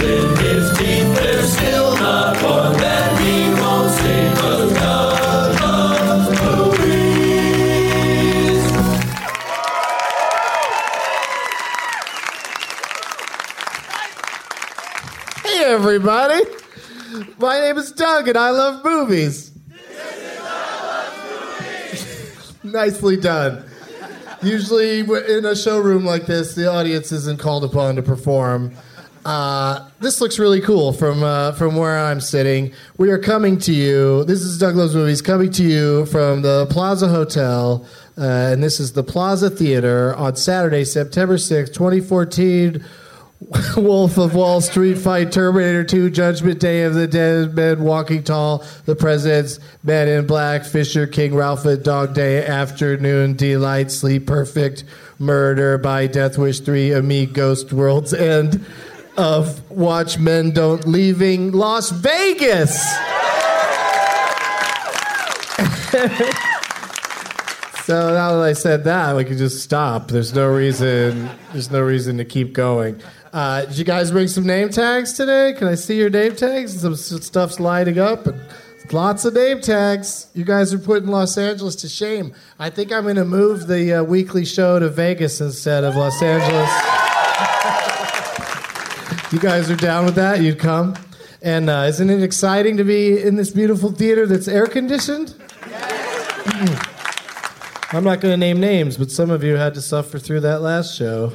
in his teeth. There's still not one that he won't see. 'cause God loves movies. Hey, everybody. My name is Doug, and I love movies. Nicely done. Usually, w- in a showroom like this, the audience isn't called upon to perform. Uh, this looks really cool from uh, from where I'm sitting. We are coming to you. This is Doug Loves Movies coming to you from the Plaza Hotel, uh, and this is the Plaza Theater on Saturday, September 6, 2014. Wolf of Wall Street Fight, Terminator 2, Judgment Day of the Dead Men, Walking Tall, The President's Men in Black, Fisher King, Ralph and Dog Day, Afternoon, Delight, Sleep Perfect, Murder by Death Wish 3, A Me, Ghost World's End of Watchmen Don't Leaving Las Vegas. So now that I said that, we can just stop. There's no reason. There's no reason to keep going. Uh, did you guys bring some name tags today? Can I see your name tags? Some s- stuff's lighting up. And lots of name tags. You guys are putting Los Angeles to shame. I think I'm going to move the uh, weekly show to Vegas instead of Los Angeles. you guys are down with that? You'd come. And uh, isn't it exciting to be in this beautiful theater that's air conditioned? I'm not going to name names, but some of you had to suffer through that last show.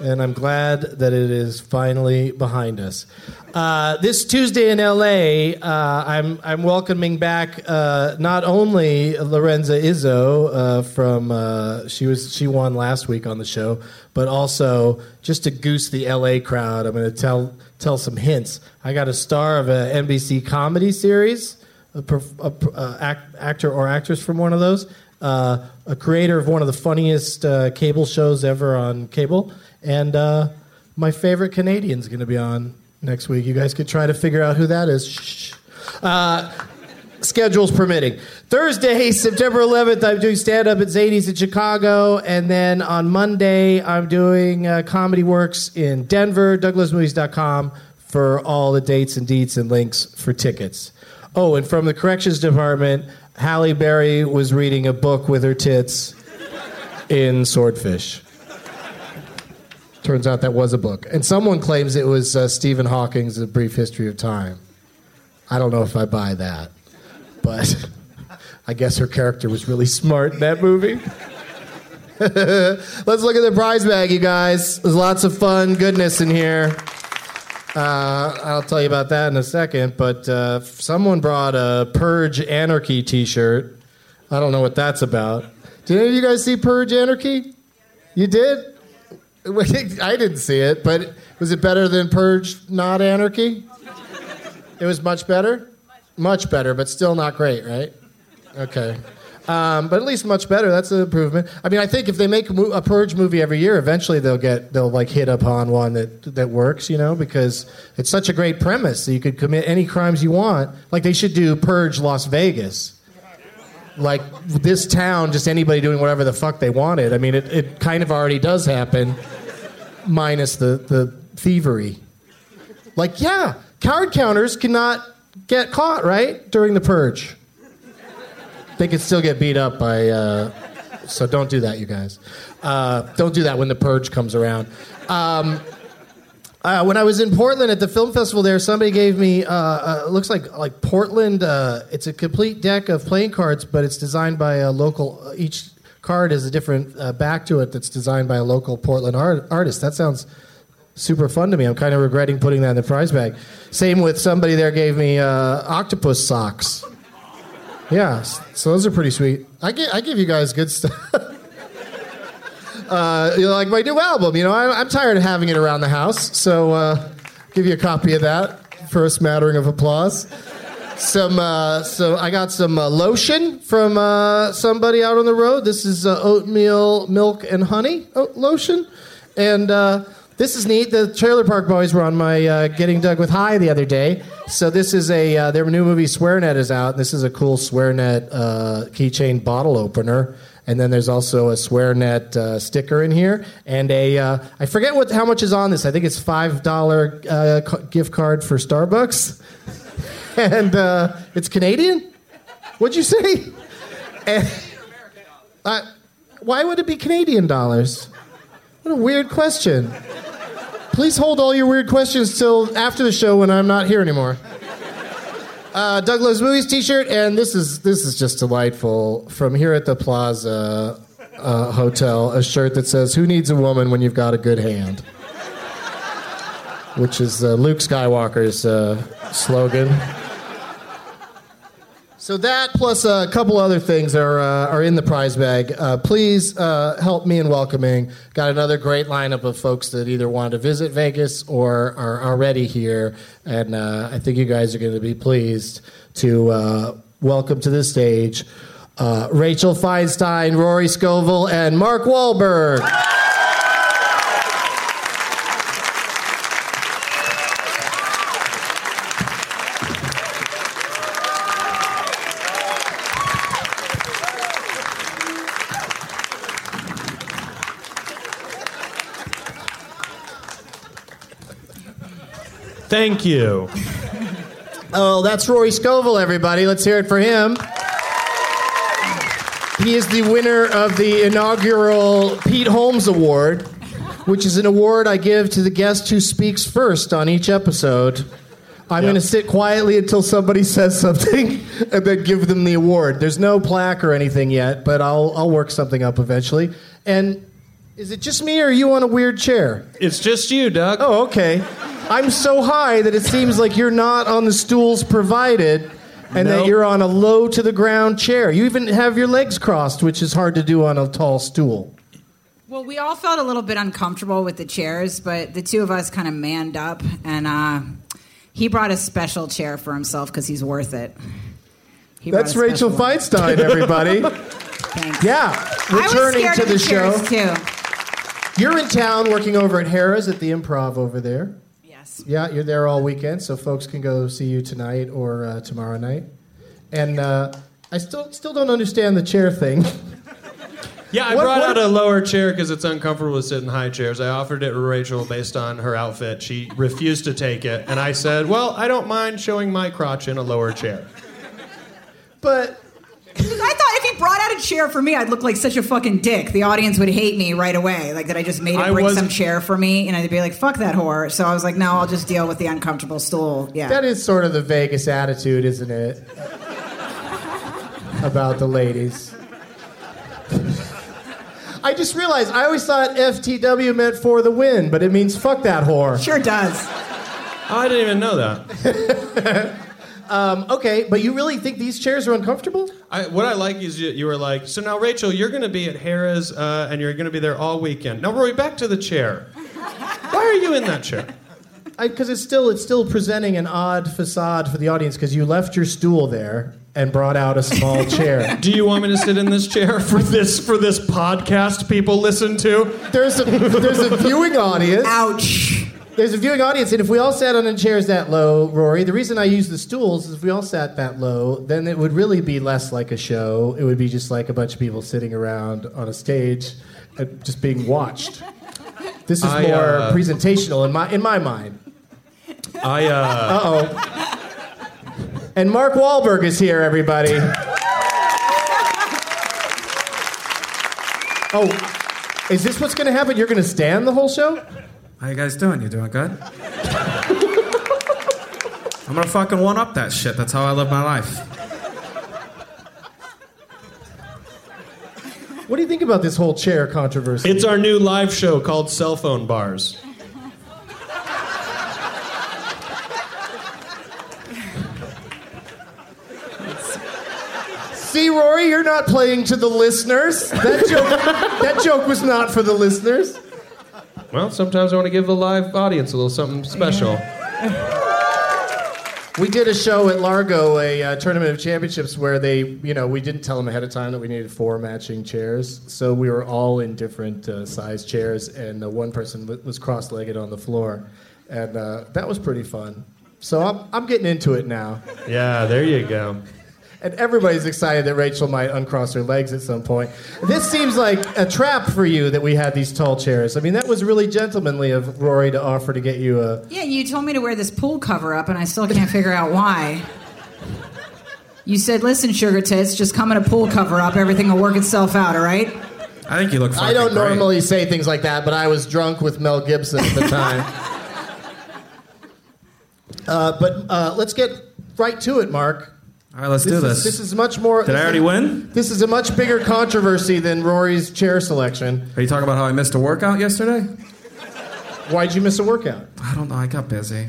and I'm glad that it is finally behind us. Uh, this Tuesday in LA, uh, I'm I'm welcoming back uh, not only Lorenza Izzo uh, from uh, she was she won last week on the show, but also just to goose the LA crowd. I'm going to tell tell some hints. I got a star of a NBC comedy series a, perf- a, per- uh, act, actor or actress from one of those, uh, a creator of one of the funniest uh, cable shows ever on cable, and uh, my favorite Canadian's going to be on next week. You guys could try to figure out who that is. Shh. Uh, schedules permitting. Thursday, September 11th, I'm doing stand up at Zany's in Chicago. And then on Monday, I'm doing uh, Comedy Works in Denver, douglasmovies.com for all the dates and deets and links for tickets. Oh, and from the corrections department, Halle Berry was reading a book with her tits in Swordfish. Turns out that was a book. And someone claims it was uh, Stephen Hawking's A Brief History of Time. I don't know if I buy that, but I guess her character was really smart in that movie. Let's look at the prize bag, you guys. There's lots of fun goodness in here. Uh, I'll tell you about that in a second, but uh, someone brought a Purge Anarchy t shirt. I don't know what that's about. Did any of you guys see Purge Anarchy? You did? I didn't see it, but was it better than Purge Not Anarchy? It was much better? Much better, but still not great, right? Okay. Um, but at least much better. That's an improvement. I mean, I think if they make a, mo- a purge movie every year, eventually they'll get they'll like hit upon one that that works, you know, because it's such a great premise that you could commit any crimes you want. Like they should do Purge Las Vegas. Like this town, just anybody doing whatever the fuck they wanted. I mean, it, it kind of already does happen, minus the, the thievery. Like, yeah, card counters cannot get caught, right? During the purge. They can still get beat up by. Uh, so don't do that, you guys. Uh, don't do that when the purge comes around. Um, uh, when I was in Portland at the film festival there, somebody gave me uh, uh, it looks like like Portland. Uh, it's a complete deck of playing cards, but it's designed by a local. Each card has a different uh, back to it that's designed by a local Portland art- artist. That sounds super fun to me. I'm kind of regretting putting that in the prize bag. Same with somebody there gave me uh, octopus socks. Yeah, s- so those are pretty sweet. I give, I give you guys good stuff. uh, you know, like my new album, you know, I'm, I'm tired of having it around the house, so uh, give you a copy of that for a smattering of applause. Some, uh, so I got some uh, lotion from uh, somebody out on the road. This is uh, oatmeal, milk, and honey oat lotion, and uh, this is neat. The Trailer Park Boys were on my uh, Getting Dug with High the other day, so this is a uh, their new movie SwearNet is out. This is a cool SwearNet uh, keychain bottle opener. And then there's also a SwearNet uh, sticker in here, and a uh, I forget what how much is on this. I think it's five dollar uh, c- gift card for Starbucks and uh, it's Canadian. What'd you say? And, uh, why would it be Canadian dollars? What a weird question. Please hold all your weird questions till after the show when I'm not here anymore. Uh, Doug Loves Movies T-shirt, and this is this is just delightful. From here at the Plaza uh, Hotel, a shirt that says "Who needs a woman when you've got a good hand," which is uh, Luke Skywalker's uh, slogan. So that plus a couple other things are uh, are in the prize bag. Uh, please uh, help me in welcoming. Got another great lineup of folks that either want to visit Vegas or are already here, and uh, I think you guys are going to be pleased to uh, welcome to the stage uh, Rachel Feinstein, Rory Scovel, and Mark Wahlberg. Thank you. Oh, that's Rory Scovel, everybody. Let's hear it for him. He is the winner of the inaugural Pete Holmes Award, which is an award I give to the guest who speaks first on each episode. I'm going to sit quietly until somebody says something and then give them the award. There's no plaque or anything yet, but I'll, I'll work something up eventually. And Is it just me or are you on a weird chair? It's just you, Doug. Oh, okay. I'm so high that it seems like you're not on the stools provided and that Nope. you're on a low to the ground chair. You even have your legs crossed, which is hard to do on a tall stool. Well, we all felt a little bit uncomfortable with the chairs, but the two of us kind of manned up, and uh, he brought a special chair for himself because he's worth it. He brought That's a special Rachel one. Feinstein, everybody. Thanks. yeah. I was Returning scared to of the, show. chairs, too. You're in town working over at Harrah's at the improv over there. Yes. Yeah, you're there all weekend, so folks can go see you tonight or uh, tomorrow night. And uh, I still still don't understand the chair thing. Yeah, I What- brought what- out a lower chair because it's uncomfortable to sit in high chairs. I offered it to Rachel based on her outfit. She refused to take it, and I said, "Well, I don't mind showing my crotch in a lower chair." But I thought if he brought out a chair for me, I'd look like such a fucking dick. The audience would hate me right away. Like that I just made I him bring was- some chair for me, and I'd be like, "Fuck that whore." So I was like, "No, I'll just deal with the uncomfortable stool." Yeah. that is sort of the Vegas attitude, isn't it? About the ladies. I just realized I always thought FTW meant for the win, but it means fuck that whore. sure does. I didn't even know that. Okay, but you really think these chairs are uncomfortable? I, what I like is you, you were like, "So now, Rachel, you're going to be at Harrah's, uh, and you're going to be there all weekend." Now, Roy, back to the chair. Why are you in that chair? because it's still it's still presenting an odd facade for the audience because you left your stool there and brought out a small chair. Do you want me to sit in this chair for this for this podcast people listen to? There's a there's a viewing audience. Ouch. There's a viewing audience, and if we all sat on the chairs that low, Rory, the reason I use the stools is if we all sat that low, then it would really be less like a show. It would be just like a bunch of people sitting around on a stage, and just being watched. This is I, more uh, presentational in my in my mind. I uh, Uh-oh. And Mark Wahlberg is here, everybody. Oh, is this what's going to happen? You're going to stand the whole show? How you guys doing? You doing good? I'm gonna fucking one up that shit. That's how I live my life. What do you think about this whole chair controversy? it's our new live show called Cell Phone Bars. See, Rory, you're not playing to the listeners. That joke, that joke was not for the listeners. Well, sometimes I want to give the live audience a little something special. We did a show at Largo, a uh, tournament of championships, where they, you know, we didn't tell them ahead of time that we needed four matching chairs. So we were all in different uh, size chairs, and uh, one person w- was cross legged on the floor. And uh, that was pretty fun. So I'm, I'm getting into it now. Yeah, there you go. And everybody's excited that Rachel might uncross her legs at some point. This seems like a trap for you that we had these tall chairs. I mean, that was really gentlemanly of Rory to offer to get you a. Yeah, you told me to wear this pool cover up, and I still can't figure out why. You said, "Listen, sugar tits, just come in a pool cover up. Everything will work itself out. All right." I think you look. Fucking I don't great. normally say things like that, but I was drunk with Mel Gibson at the time. uh, but uh, let's get right to it, Mark. All right, let's This do is, this. this is much more. Did I already win? This is a much bigger controversy than Rory's chair selection. Are you talking about how I missed a workout yesterday? Why'd you miss a workout? I don't know. I got busy.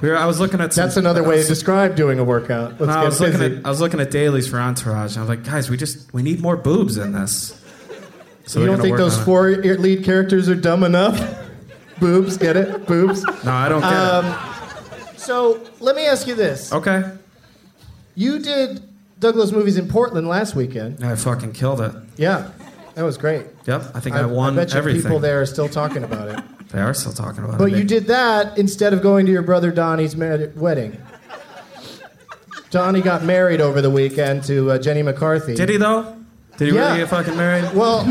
We were, I was looking at. Some, That's another way to I was- describe doing a workout. Let's no, I get was busy. looking at. I was looking at dailies for Entourage, and I was like, guys, we just we need more boobs in this. So you we're don't gonna think work those on it. four ear- lead characters are dumb enough? boobs, get it? Boobs. No, I don't get um, So let me ask you this: it. Okay. You did Douglas movies in Portland last weekend. I fucking killed it. Yeah, that was great. Yep. I think I, won bet you everything. people there are still talking about it. They are still talking about it. But you did that instead of going to your brother Donnie's mar- wedding. Donnie got married over the weekend to uh, Jenny McCarthy. Did he though? Did he Yeah. really get fucking married? Well,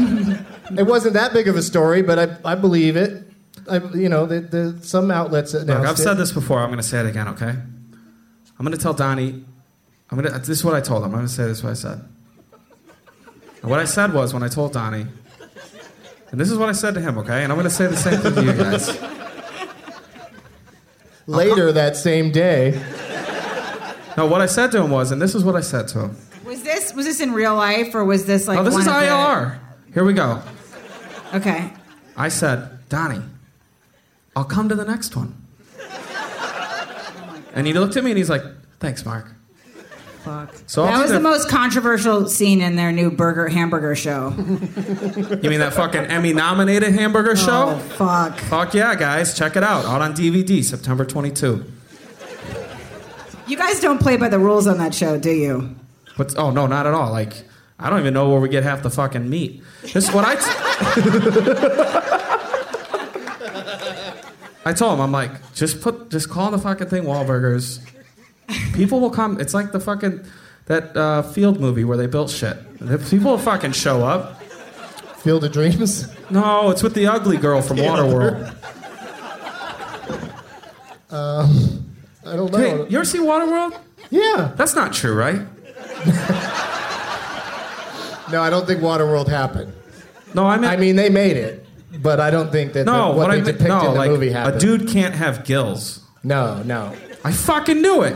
it wasn't that big of a story, but I, I believe it. I, you know, the, the, some outlets announced Look, I've it. said this before. I'm going to say it again, okay? I'm going to tell Donnie. I'm going to. This is what I told him. I'm going to say this is what I said. And what I said was when I told Donnie, and this is what I said to him, okay? And I'm going to say the same thing to you guys. Later that same day, No, what I said to him was, and this is what I said to him. Was this was this in real life, or was this like? oh, this one is of the- IR. Here we go. Okay. I said, Donnie, I'll come to the next one. and he looked at me and he's like, thanks, Mark. Fuck. So that I'll was the do that- most controversial scene in their new burger hamburger show. You mean that fucking Emmy nominated hamburger show? Oh, fuck. Fuck yeah, guys. Check it out. Out on DVD, September 22. You guys don't play by the rules on that show, do you? What's, oh, no, not at all. Like, I don't even know where we get half the fucking meat. This is what I. T- I told him, I'm like, just put, just call the fucking thing Wahlburgers. People will come. It's like the fucking, that uh, field movie where they built shit. The People will fucking show up. Field of Dreams. No, it's with the ugly girl from Waterworld. I don't Hey, know. you ever see Waterworld? yeah. That's not true, right? No, I don't think Waterworld happened. No, I meant. I mean, they made it, but I don't think that the- no, what what they I meant, depicted no, in the like movie happened. a dude can't have gills. No, no. I fucking knew it.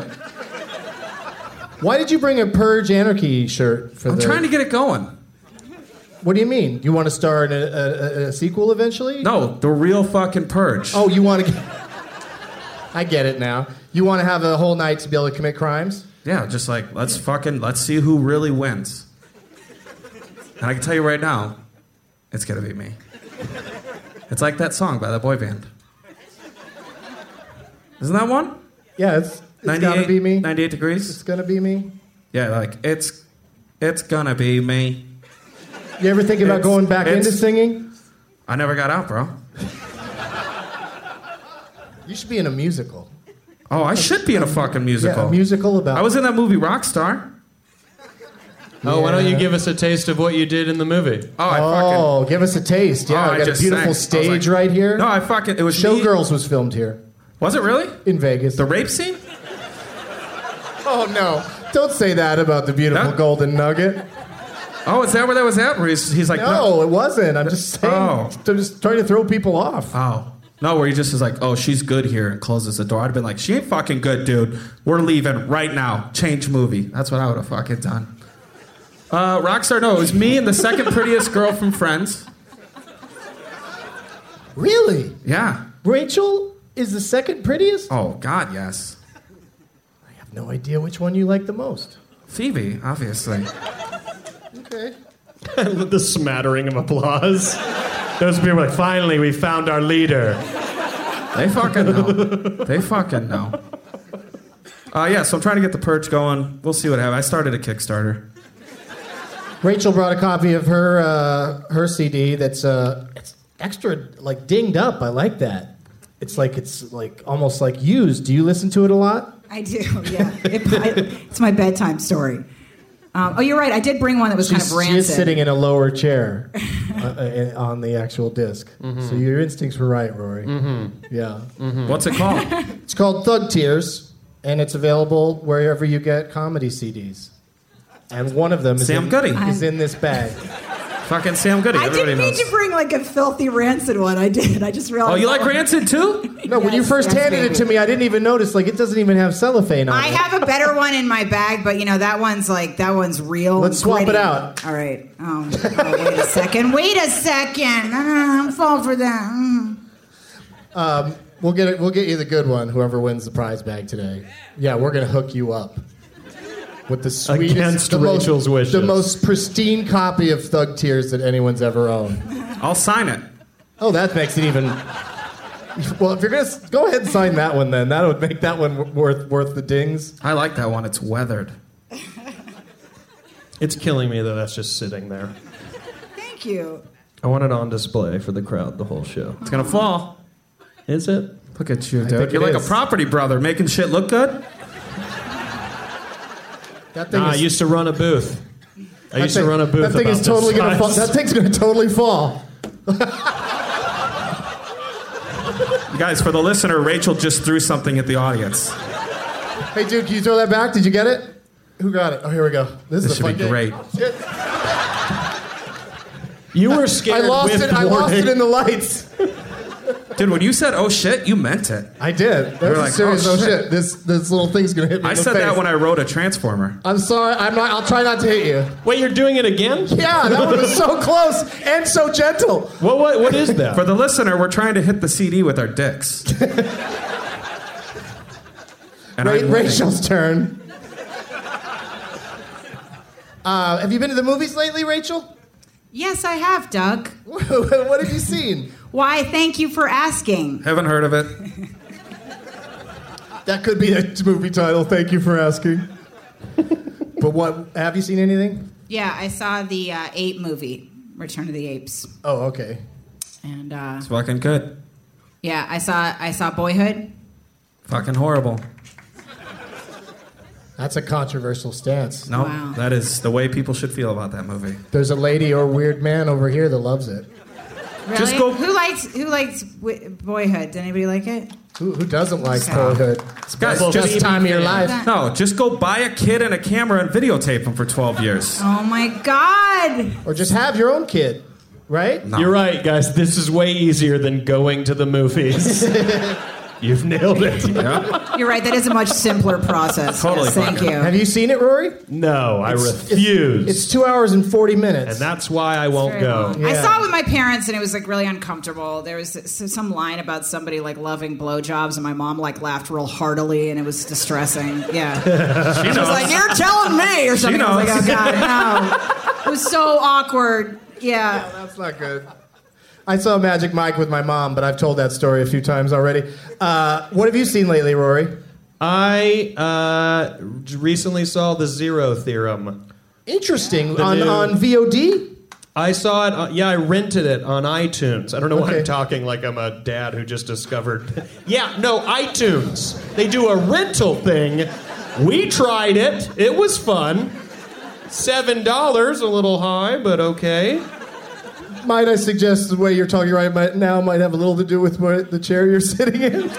Why did you bring a Purge Anarchy shirt for I'm the- trying to get it going. What do you mean? You want to star in a, a, a- a sequel eventually? No, the real fucking purge. Oh, you want to get. I get it now. You want to have a whole night to be able to commit crimes? yeah, just like let's fucking let's see who really wins. And I can tell you right now, it's gonna be me. It's like that song by that boy band. Isn't that one? Yeah, it's, it's gotta be me. 98 degrees. It's gonna be me. Yeah, like it's it's gonna be me. You ever think about It's- going back it's- into singing? I never got out, bro. You should be in a musical. Oh, I should be in a fucking musical. Yeah, a musical about. I was in that movie Rockstar. Oh, why don't you Yeah. give us a taste of what you did in the movie? Oh, I fucking. Oh, give us a taste. Yeah, oh, I got a just beautiful sang. I was stage like- right here. No, I fucking. It was me- Showgirls was filmed here Was it really? in Vegas. The rape scene? oh no! Don't say that about the beautiful No. Golden Nugget. Oh, is that where that was at? Where he's, he's like, No, it wasn't. I'm just saying. Oh. I'm just trying to throw people off. Oh. No, where he just is like, oh, she's good here and closes the door. I'd have been like, she ain't fucking good, dude. We're leaving right now. Change movie. That's what I would have fucking done. Uh, Rockstar, no, it was me and the second prettiest girl from Friends. Really? Yeah. Rachel is the second prettiest? Oh, God, yes. I have no idea which one you like the most. Phoebe, obviously. Okay. the smattering of applause. Those people were like, finally, we found our leader. They fucking know. They fucking know. Uh, yeah, so I'm trying to get the perch going. We'll see what happens. I started a Kickstarter. Rachel brought a copy of her uh, her CD that's uh, it's extra like dinged up. I like that. It's like it's like almost like used. Do you listen to it a lot? I do, yeah. It, I- it's my bedtime story. Um, oh, you're right. I did bring one that was kind of she rancid. is sitting in a lower chair uh, uh, on the actual disk Mm-hmm. So your instincts were right, Rory. Yeah. What's it called? It's called Thug Tears, and it's available wherever you get comedy CDs. And one of them is Sam in, Goody. is in this bag. fucking Sam Goody. I Everybody didn't mean knows. to bring like a filthy rancid one. I did. I just realized. Oh, you like that one- Rancid too? No, when you Yes, first yes, handed it baby. to me, I didn't even notice. Like it doesn't even have cellophane on I it. have a better one in my bag, but you know that one's like that one's real. Let's and swap it gritty. out. All right. Oh, oh, wait a second. Wait a second. No, no, no, I'm falling for that. Mm. We'll get it. We'll get you the good one. Whoever wins the prize bag today. Yeah, we're gonna hook you up with the sweetest, Against the Rachel's most, wishes. the most pristine copy of Thug Tears that anyone's ever owned. I'll sign it. Oh, that makes it even. Well, if you're gonna s- go ahead and sign that one, then that would make that one w- worth worth the dings. I like that one. It's weathered. It's killing me that that's just sitting there. Thank you. I want it on display for the crowd the whole show. It's gonna fall. Is it? Look at you, think dude. You're it like is. a property brother, making shit look good. That thing Nah, Ah, I is. used to run a booth. I that used thing- to run a booth. That thing about is totally this gonna fall. size. That thing's gonna totally fall. You guys, for the listener, Rachel just threw something at the audience. Hey, dude, can you throw that back? Did you get it? Who got it? Oh, here we go. This, This is a should be fun game. great. you were scared. I lost with it. I lost warning. it in the lights. Dude, when you said "oh shit," you meant it. I did. That's like, a serious. "Oh, Oh, shit. shit." This this little thing's gonna hit me. I in the said face. that when I wrote a transformer. I'm sorry. I'm not. I'll try not to hit you. Wait, you're doing it again? Yeah, that one was so close and so gentle. What, what, what is that? For the listener, we're trying to hit the CD with our dicks. and Ra- I'm winning. Rachel's turn. Uh, have you been to the movies lately, Rachel? Yes, I have, Doug. what have you seen? Why, thank you for asking. Haven't heard of it. That could be a movie title. Thank you for asking. but what have you seen anything? Yeah, I saw the uh, ape movie, Return of the Apes. Oh, okay. And uh, It's fucking good. yeah, I saw I saw Boyhood. Fucking horrible. That's a controversial stance. No, Wow. that is the way people should feel about that movie. There's a lady or weird man over here that loves it. Really? Just go- Who likes who likes wi- Boyhood? Did anybody like it? Who, who doesn't like Stop. boyhood? Guys, Best just time of your life. No, just go buy a kid and a camera and videotape him for 12 years. Oh my god! Or just have your own kid, right? No. You're right, guys. This is way easier than going to the movies. You've nailed it. Yeah? You're right. That is a much simpler process. Totally Yes, thank fucking- you. Have you seen it, Rory? No, I It's- refuse. It's two hours and 40 minutes. and that's why I won't Oh. go. I Yeah. saw it with my parents, and it was like really uncomfortable. There was s- some line about somebody like loving blowjobs, and my mom like laughed real heartily, and it was distressing. Yeah, She knows. I was like, "You're telling me," or something. I was like, knows. "Oh God, no!" It was so awkward. Yeah, That's not good. I saw Magic Mike with my mom, but I've told that story a few times already. Uh, what have you seen lately, Rory? I uh, recently saw the Zero Theorem. Interesting. On, new- on VOD? I saw it. Uh, yeah, I rented it on iTunes. I don't know why Okay. I'm talking like I'm a dad who just discovered. yeah, no, iTunes. They do a rental thing. We tried it. It was fun. Seven dollars, a little high, but okay. Might I suggest the way you're talking right mi- now might have a little to do with what, the chair you're sitting in?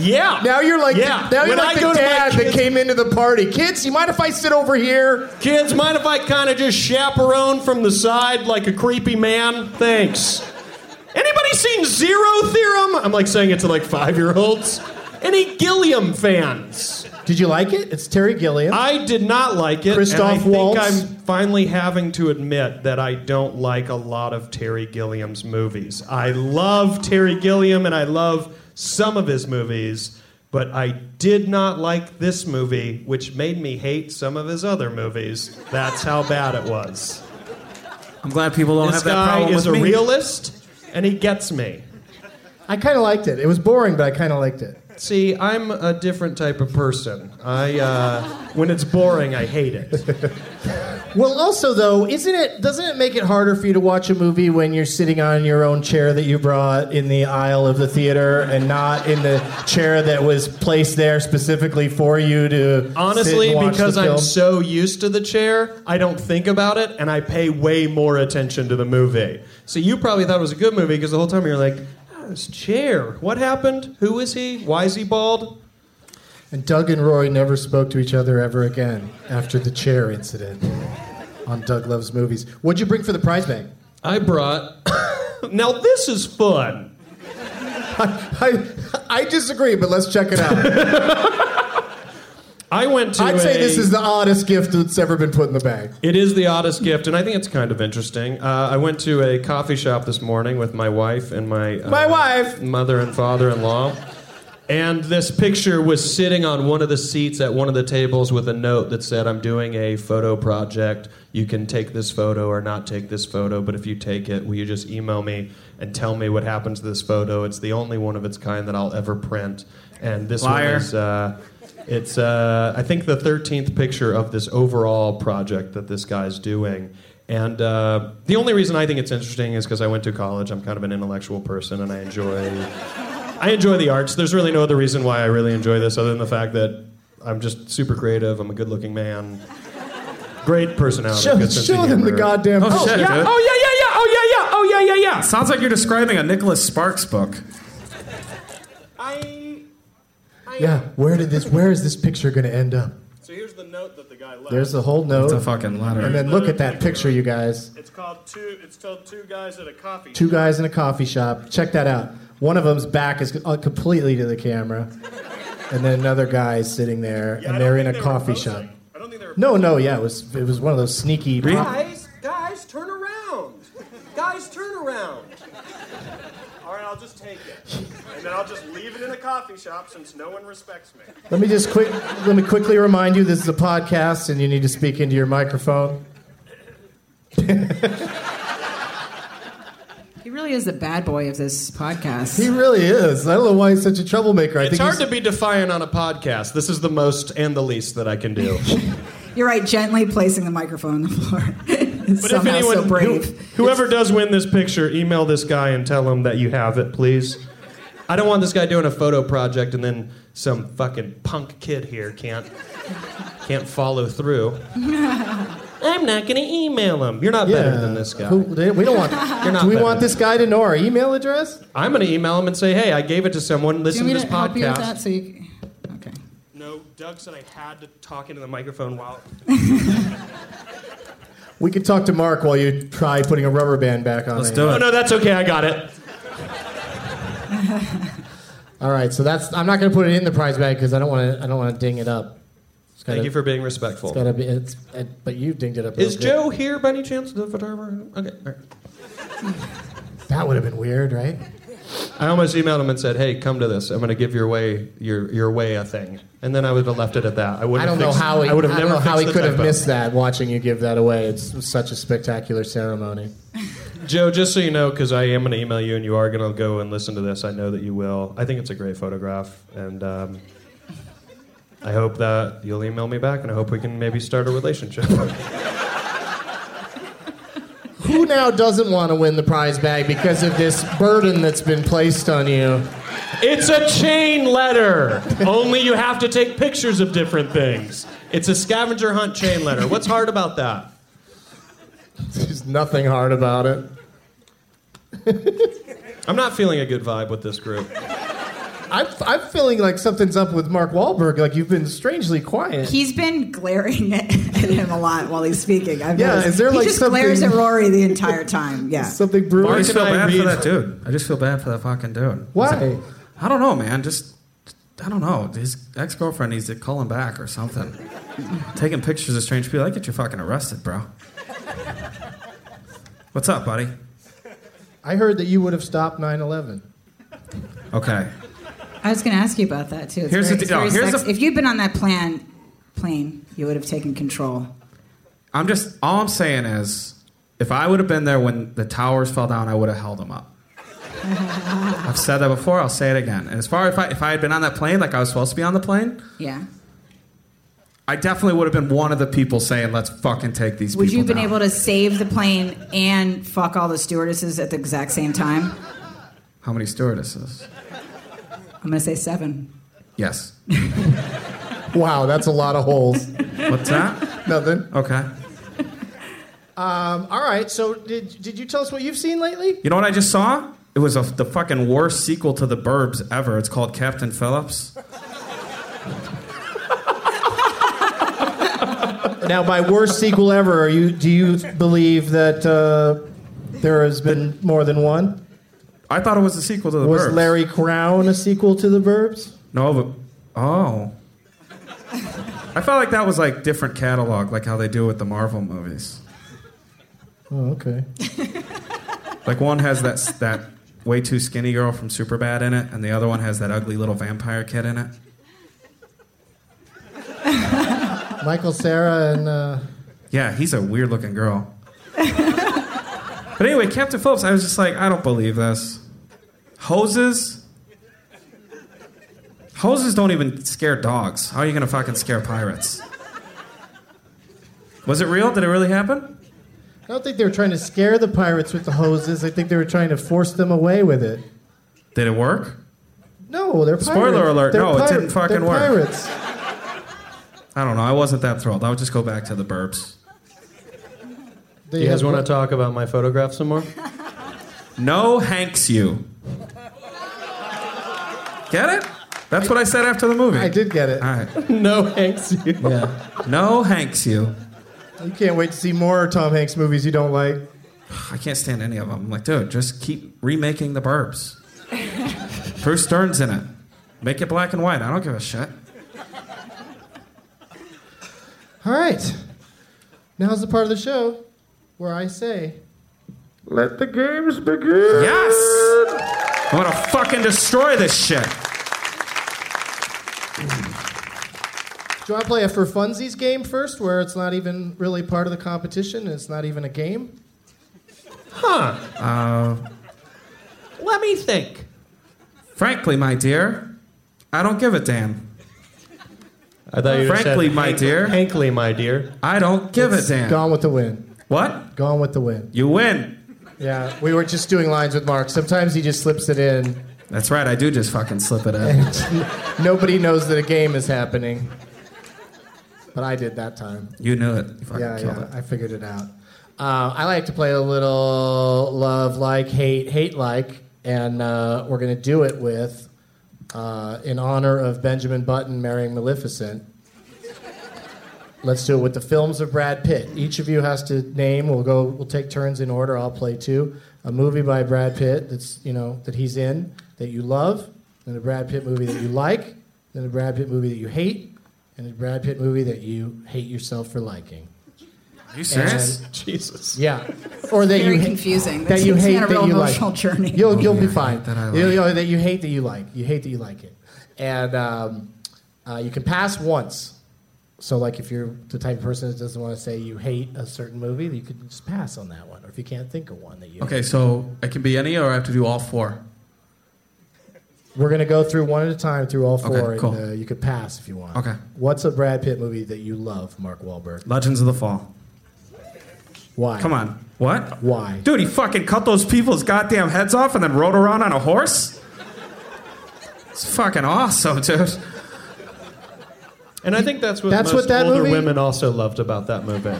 Yeah. Now you're like, yeah. now you're When like I go the to my dad that kids- came into the party. Kids, you mind if I sit over here? Kids, mind if I kind of just chaperone from the side like a creepy man? Thanks. Anybody seen Zero Theorem? I'm like saying it to like five year olds. Any Gilliam fans? Did you like it? It's Terry Gilliam. I did not like it. Christoph and I Waltz? think I'm finally having to admit that I don't like a lot of Terry Gilliam's movies. I love Terry Gilliam and I love some of his movies, but I did not like this movie, which made me hate some of his other movies. That's how bad it was. I'm glad people don't this have that guy problem is a with me. realist and he gets me. I kind of liked it. It was boring, but I kind of liked it. See, I'm a different type of person. I uh, when it's boring, I hate it. Well, also though, isn't it? Doesn't it make it harder for you to watch a movie when you're sitting on your own chair that you brought in the aisle of the theater and not in the chair that was placed there specifically for you to? sit Honestly, and watch because the I'm film? so used to the chair, I don't think about it and I pay way more attention to the movie. So you probably thought it was a good movie because the whole time you're like, "Ah, this chair. What happened? Who is he? Why is he bald? And Doug and Roy never spoke to each other ever again after the chair incident on Doug Loves Movies. What'd you bring for the prize bag? I brought Now this is fun. I I disagree, but let's check it out. I went to I'd say a- this is the oddest gift that's ever been put in the bag. It is the oddest gift, and I think it's kind of interesting. Uh, I went to a coffee shop this morning with my wife and my uh, My wife! mother and father-in-law, and this picture was sitting on one of the seats at one of the tables with a note that said, "I'm doing a photo project. You can take this photo or not take this photo, but if you take it, will you just email me and tell me what happens to this photo? It's the only one of its kind that I'll ever print." And this one Liar. is uh, it's, uh, I think, the 13th picture of this overall project that this guy's doing. And uh, the only reason I think it's interesting is because I went to college. I'm kind of an intellectual person, and I enjoy, I enjoy the arts. There's really no other reason why I really enjoy this other than the fact that I'm just super creative. I'm a good-looking man, great personality. Show, good sense of show them the humor. goddamn. Oh, shit, Yeah. dude. Oh yeah, yeah, yeah. Oh yeah, yeah. Oh yeah, yeah, yeah. Sounds like you're describing a Nicholas Sparks book. I. Yeah, where did this? Where is this picture going to end up? So here's the note that the guy left. There's the whole note. It's a fucking And letter. then look at that picture, you guys. It's called two. It's called two guys at a coffee. Two guys in a coffee shop. Check that out. One of them's back is uh, completely to the camera, and then another guy is sitting there, Yeah, I don't and they're in a think they were coffee posing. shop. I don't think they were. No, no, yeah, it was it was one of those sneaky. Guys, guys, turn around. Guys, turn around. All right, I'll just take it, and then I'll just leave it in a coffee shop since no one respects me. Let me just quick let me quickly remind you this is a podcast, and you need to speak into your microphone. He really is the bad boy of this podcast. He really is. I don't know why he's such a troublemaker. I It's think hard he's- to be defiant on a podcast. This is the most and the least that I can do. You're right, gently placing the microphone on the floor. But Somehow if anyone, so brave. who- whoever does win this picture, email this guy and tell him that you have it, please. I don't want this guy doing a photo project and then some fucking punk kid here can't can't follow through. I'm not gonna email him. You're not better than this guy. Who- we don't want. You're not do we better want than- this guy to know our email address? I'm gonna email him and say, hey, I gave it to someone. Do you Listen want to me this to help you with podcast. that? So you, okay. No, Doug said I had to talk into the microphone while. We could talk to Mark while you try putting a rubber band back on. Let's it. do Oh it. no, that's okay. I got it. All right, so that's. I'm not going to put it in the prize bag because I don't want to. I don't want to ding it up. It's gotta, Thank you for being respectful. Gotta be. It's. uh but you dinged it up. Is real Joe here by any chance? The photographer? Okay. All right. good. That would have been weird, right? I almost emailed him and said, "Hey, come to this. I'm going to give your way your your way a thing." And then I would have left it at that. I would. I don't know how he. I would have I never don't know how he fixed the could have typo. missed that. Watching you give that away, it's such a spectacular ceremony. Joe, just so you know, because I am going to email you, and you are going to go and listen to this. I know that you will. I think it's a great photograph, and um, I hope that you'll email me back, and I hope we can maybe start a relationship. Who now doesn't want to win the prize bag because of this burden that's been placed on you? it's a chain letter. Only you have to take pictures of different things. It's a scavenger hunt chain letter. What's hard about that? There's nothing hard about it. I'm not feeling a good vibe with this group. I'm, I'm feeling like something's up with Mark Wahlberg. Like you've been strangely quiet. He's been glaring at at him a lot while he's speaking. I've Yeah, noticed. is there, he like, just glares at something- Rory the entire time. Yeah. Something I brewing. just feel Mark and I bad for read- that dude. I just feel bad for that fucking dude. Why? I don't know, man. Just I don't know. His ex girlfriend needs to call him back or something. Taking pictures of strange people. I get you fucking arrested, bro. What's up, buddy? I heard that you would have stopped 9/11. Okay. I was going to ask you about that too. It's Here's very- the it's deal. very Here's sexy. the- if you'd been on that plan plane, you would have taken control. I'm just all I'm saying is if I would have been there when the towers fell down, I would have held them up. I've said that before, I'll say it again. And as far as if I, if I had been on that plane like I was supposed to be on the plane, Yeah. I definitely would have been one of the people saying, "Let's fucking take these Would people you have been down." able to save the plane and fuck all the stewardesses at the exact same time? How many stewardesses? I'm going to say seven. Yes. Wow, that's a lot of holes. What's that? Nothing. Okay. Um, all right. So did did you tell us what you've seen lately? You know what I just saw? It was a, the fucking worst sequel to The Burbs ever. It's called Captain Phillips. Now, by worst sequel ever, are you do you believe that uh, there has been more than one? I thought it was a sequel to The Was Burbs. Larry Crown a sequel to The Burbs? No, but oh, I felt like that was like different catalog, like how they do with the Marvel movies. Oh, okay. Like one has that that way too skinny girl from Superbad in it, and the other one has that ugly little vampire kid in it. Michael Sarah and uh, Yeah, he's a weird looking girl. but anyway, Captain Phillips, I was just like, I don't believe this. Hoses. Hoses don't even scare dogs. How are you gonna fucking scare pirates? Was it real? Did it really happen? I don't think they were trying to scare the pirates with the hoses. I think they were trying to force them away with it. Did it work? No, they're pirates. Spoiler alert, They're no, it pirates. didn't fucking they're work. Pirates. I don't know. I wasn't that thrilled. I would just go back to the burbs. They You guys have- want to talk about my photograph some more? No Hanks you. Get it? That's what I said after the movie. I did get it. All right. No, Hanks. You. Yeah. No Hanks, you. You can't wait to see more Tom Hanks movies you don't like. I can't stand any of them. I'm like, dude, just keep remaking the Burbs. Bruce Stern's in it. Make it black and white. I don't give a shit. All right. Now's the part of the show where I say, Let the games begin. Yes! I'm gonna fucking destroy this shit. Do you want to play a for funsies game first, where it's not even really part of the competition and it's not even a game? Let me think. Frankly, my dear, I don't give a damn. I thought you just Frankly, said, my "Hank- dear." Hankley, my dear. I don't give a damn. Gone with the wind. What? Gone with the wind. You win. Yeah, we were just doing lines with Mark. Sometimes he just slips it in. That's right. I do just fucking slip it in. Nobody knows that a game is happening. But I did that time. You knew it. You fucking Yeah, killed yeah, it. I figured it out. Uh, I like to play a little love, like, hate, hate, like, and uh, we're going to do it with, uh, in honor of Benjamin Button marrying Maleficent. Let's do it with the films of Brad Pitt. Each of you has to name. We'll go. We'll take turns in order. I'll play two. A movie by Brad Pitt that's you know that he's in that you love, then a Brad Pitt movie that you like, then a Brad Pitt movie that you hate, and a Brad Pitt movie that you hate yourself for liking. Are you serious? Jesus. Yeah, or that Very you ha- confusing. that you It's hate not a that real you emotional like. journey. You'll you'll be Oh, yeah, I fine. hate that I You like. know, that you hate that you like. You hate that you like it, and um, uh, you can pass once. So, like, if you're the type of person that doesn't want to say you hate a certain movie, you could just pass on that one. Or if you can't think of one that you, Okay, so it can be any, or I have to do all four. we're gonna go through one at a time through all four, Okay, cool. and uh, you could pass if you want. Okay. What's a Brad Pitt movie that you love, Mark Wahlberg? Legends of the Fall. Why? Come on. What? Why? Dude, he fucking cut those people's goddamn heads off and then rode around on a horse? It's fucking awesome, dude. And I think that's what That's most what that older movie- women also loved about that movie.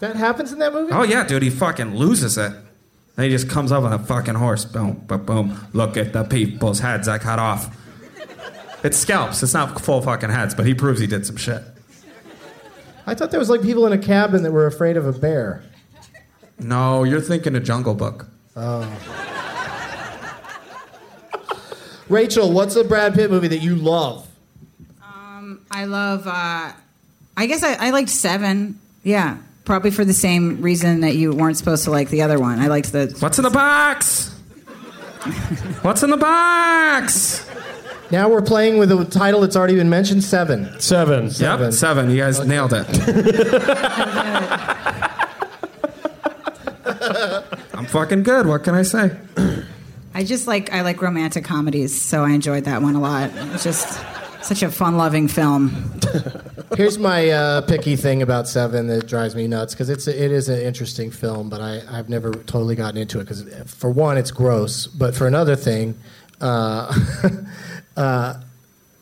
That happens in that movie. Oh, yeah, dude, he fucking loses it. And he just comes up on a fucking horse. Boom, boom, boom. Look at the people's heads I cut off. It's scalps. It's not full fucking heads, but he proves he did some shit. I thought there was like people in a cabin that were afraid of a bear. No, you're thinking of Jungle Book. Rachel, what's a Brad Pitt movie that you love? I love. Uh, I guess I, I liked Seven. Yeah, probably for the same reason that you weren't supposed to like the other one. I liked the. What's in the box? What's in the box? Now we're playing with a title that's already been mentioned, Seven. Seven. Yep, seven. You guys nailed it. I'm fucking good. What can I say? I just like I like romantic comedies, so I enjoyed that one a lot. It's just such a fun-loving film. Here's my uh, picky thing about Seven that drives me nuts because it's a, it is an interesting film, but I, I've never totally gotten into it because for one, it's gross, but for another thing, uh, uh,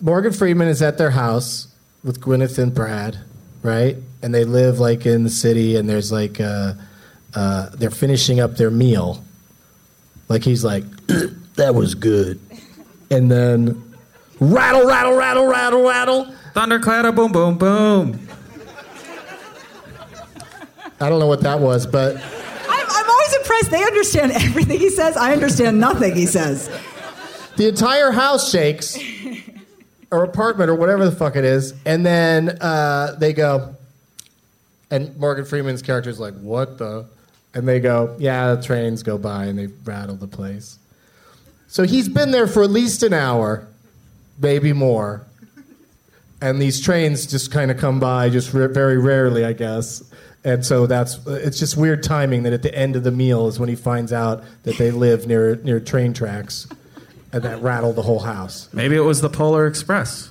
Morgan Freeman is at their house with Gwyneth and Brad, right? And they live like in the city, and there's like uh, uh, they're finishing up their meal. Like he's like, that was good, and then rattle, rattle, rattle, rattle, rattle. Thunderclap, boom, boom, boom. I don't know what that was, but. I'm, I'm always impressed. They understand everything he says. I understand nothing he says. the entire house shakes or apartment or whatever the fuck it is and then uh, they go and morgan freeman's character is like what the and they go yeah the trains go by and they rattle the place so he's been there for at least an hour maybe more and these trains just kind of come by just r- very rarely i guess and so that's it's just weird timing that at the end of the meal is when he finds out that they live near near train tracks and that rattled the whole house Maybe it was the Polar Express.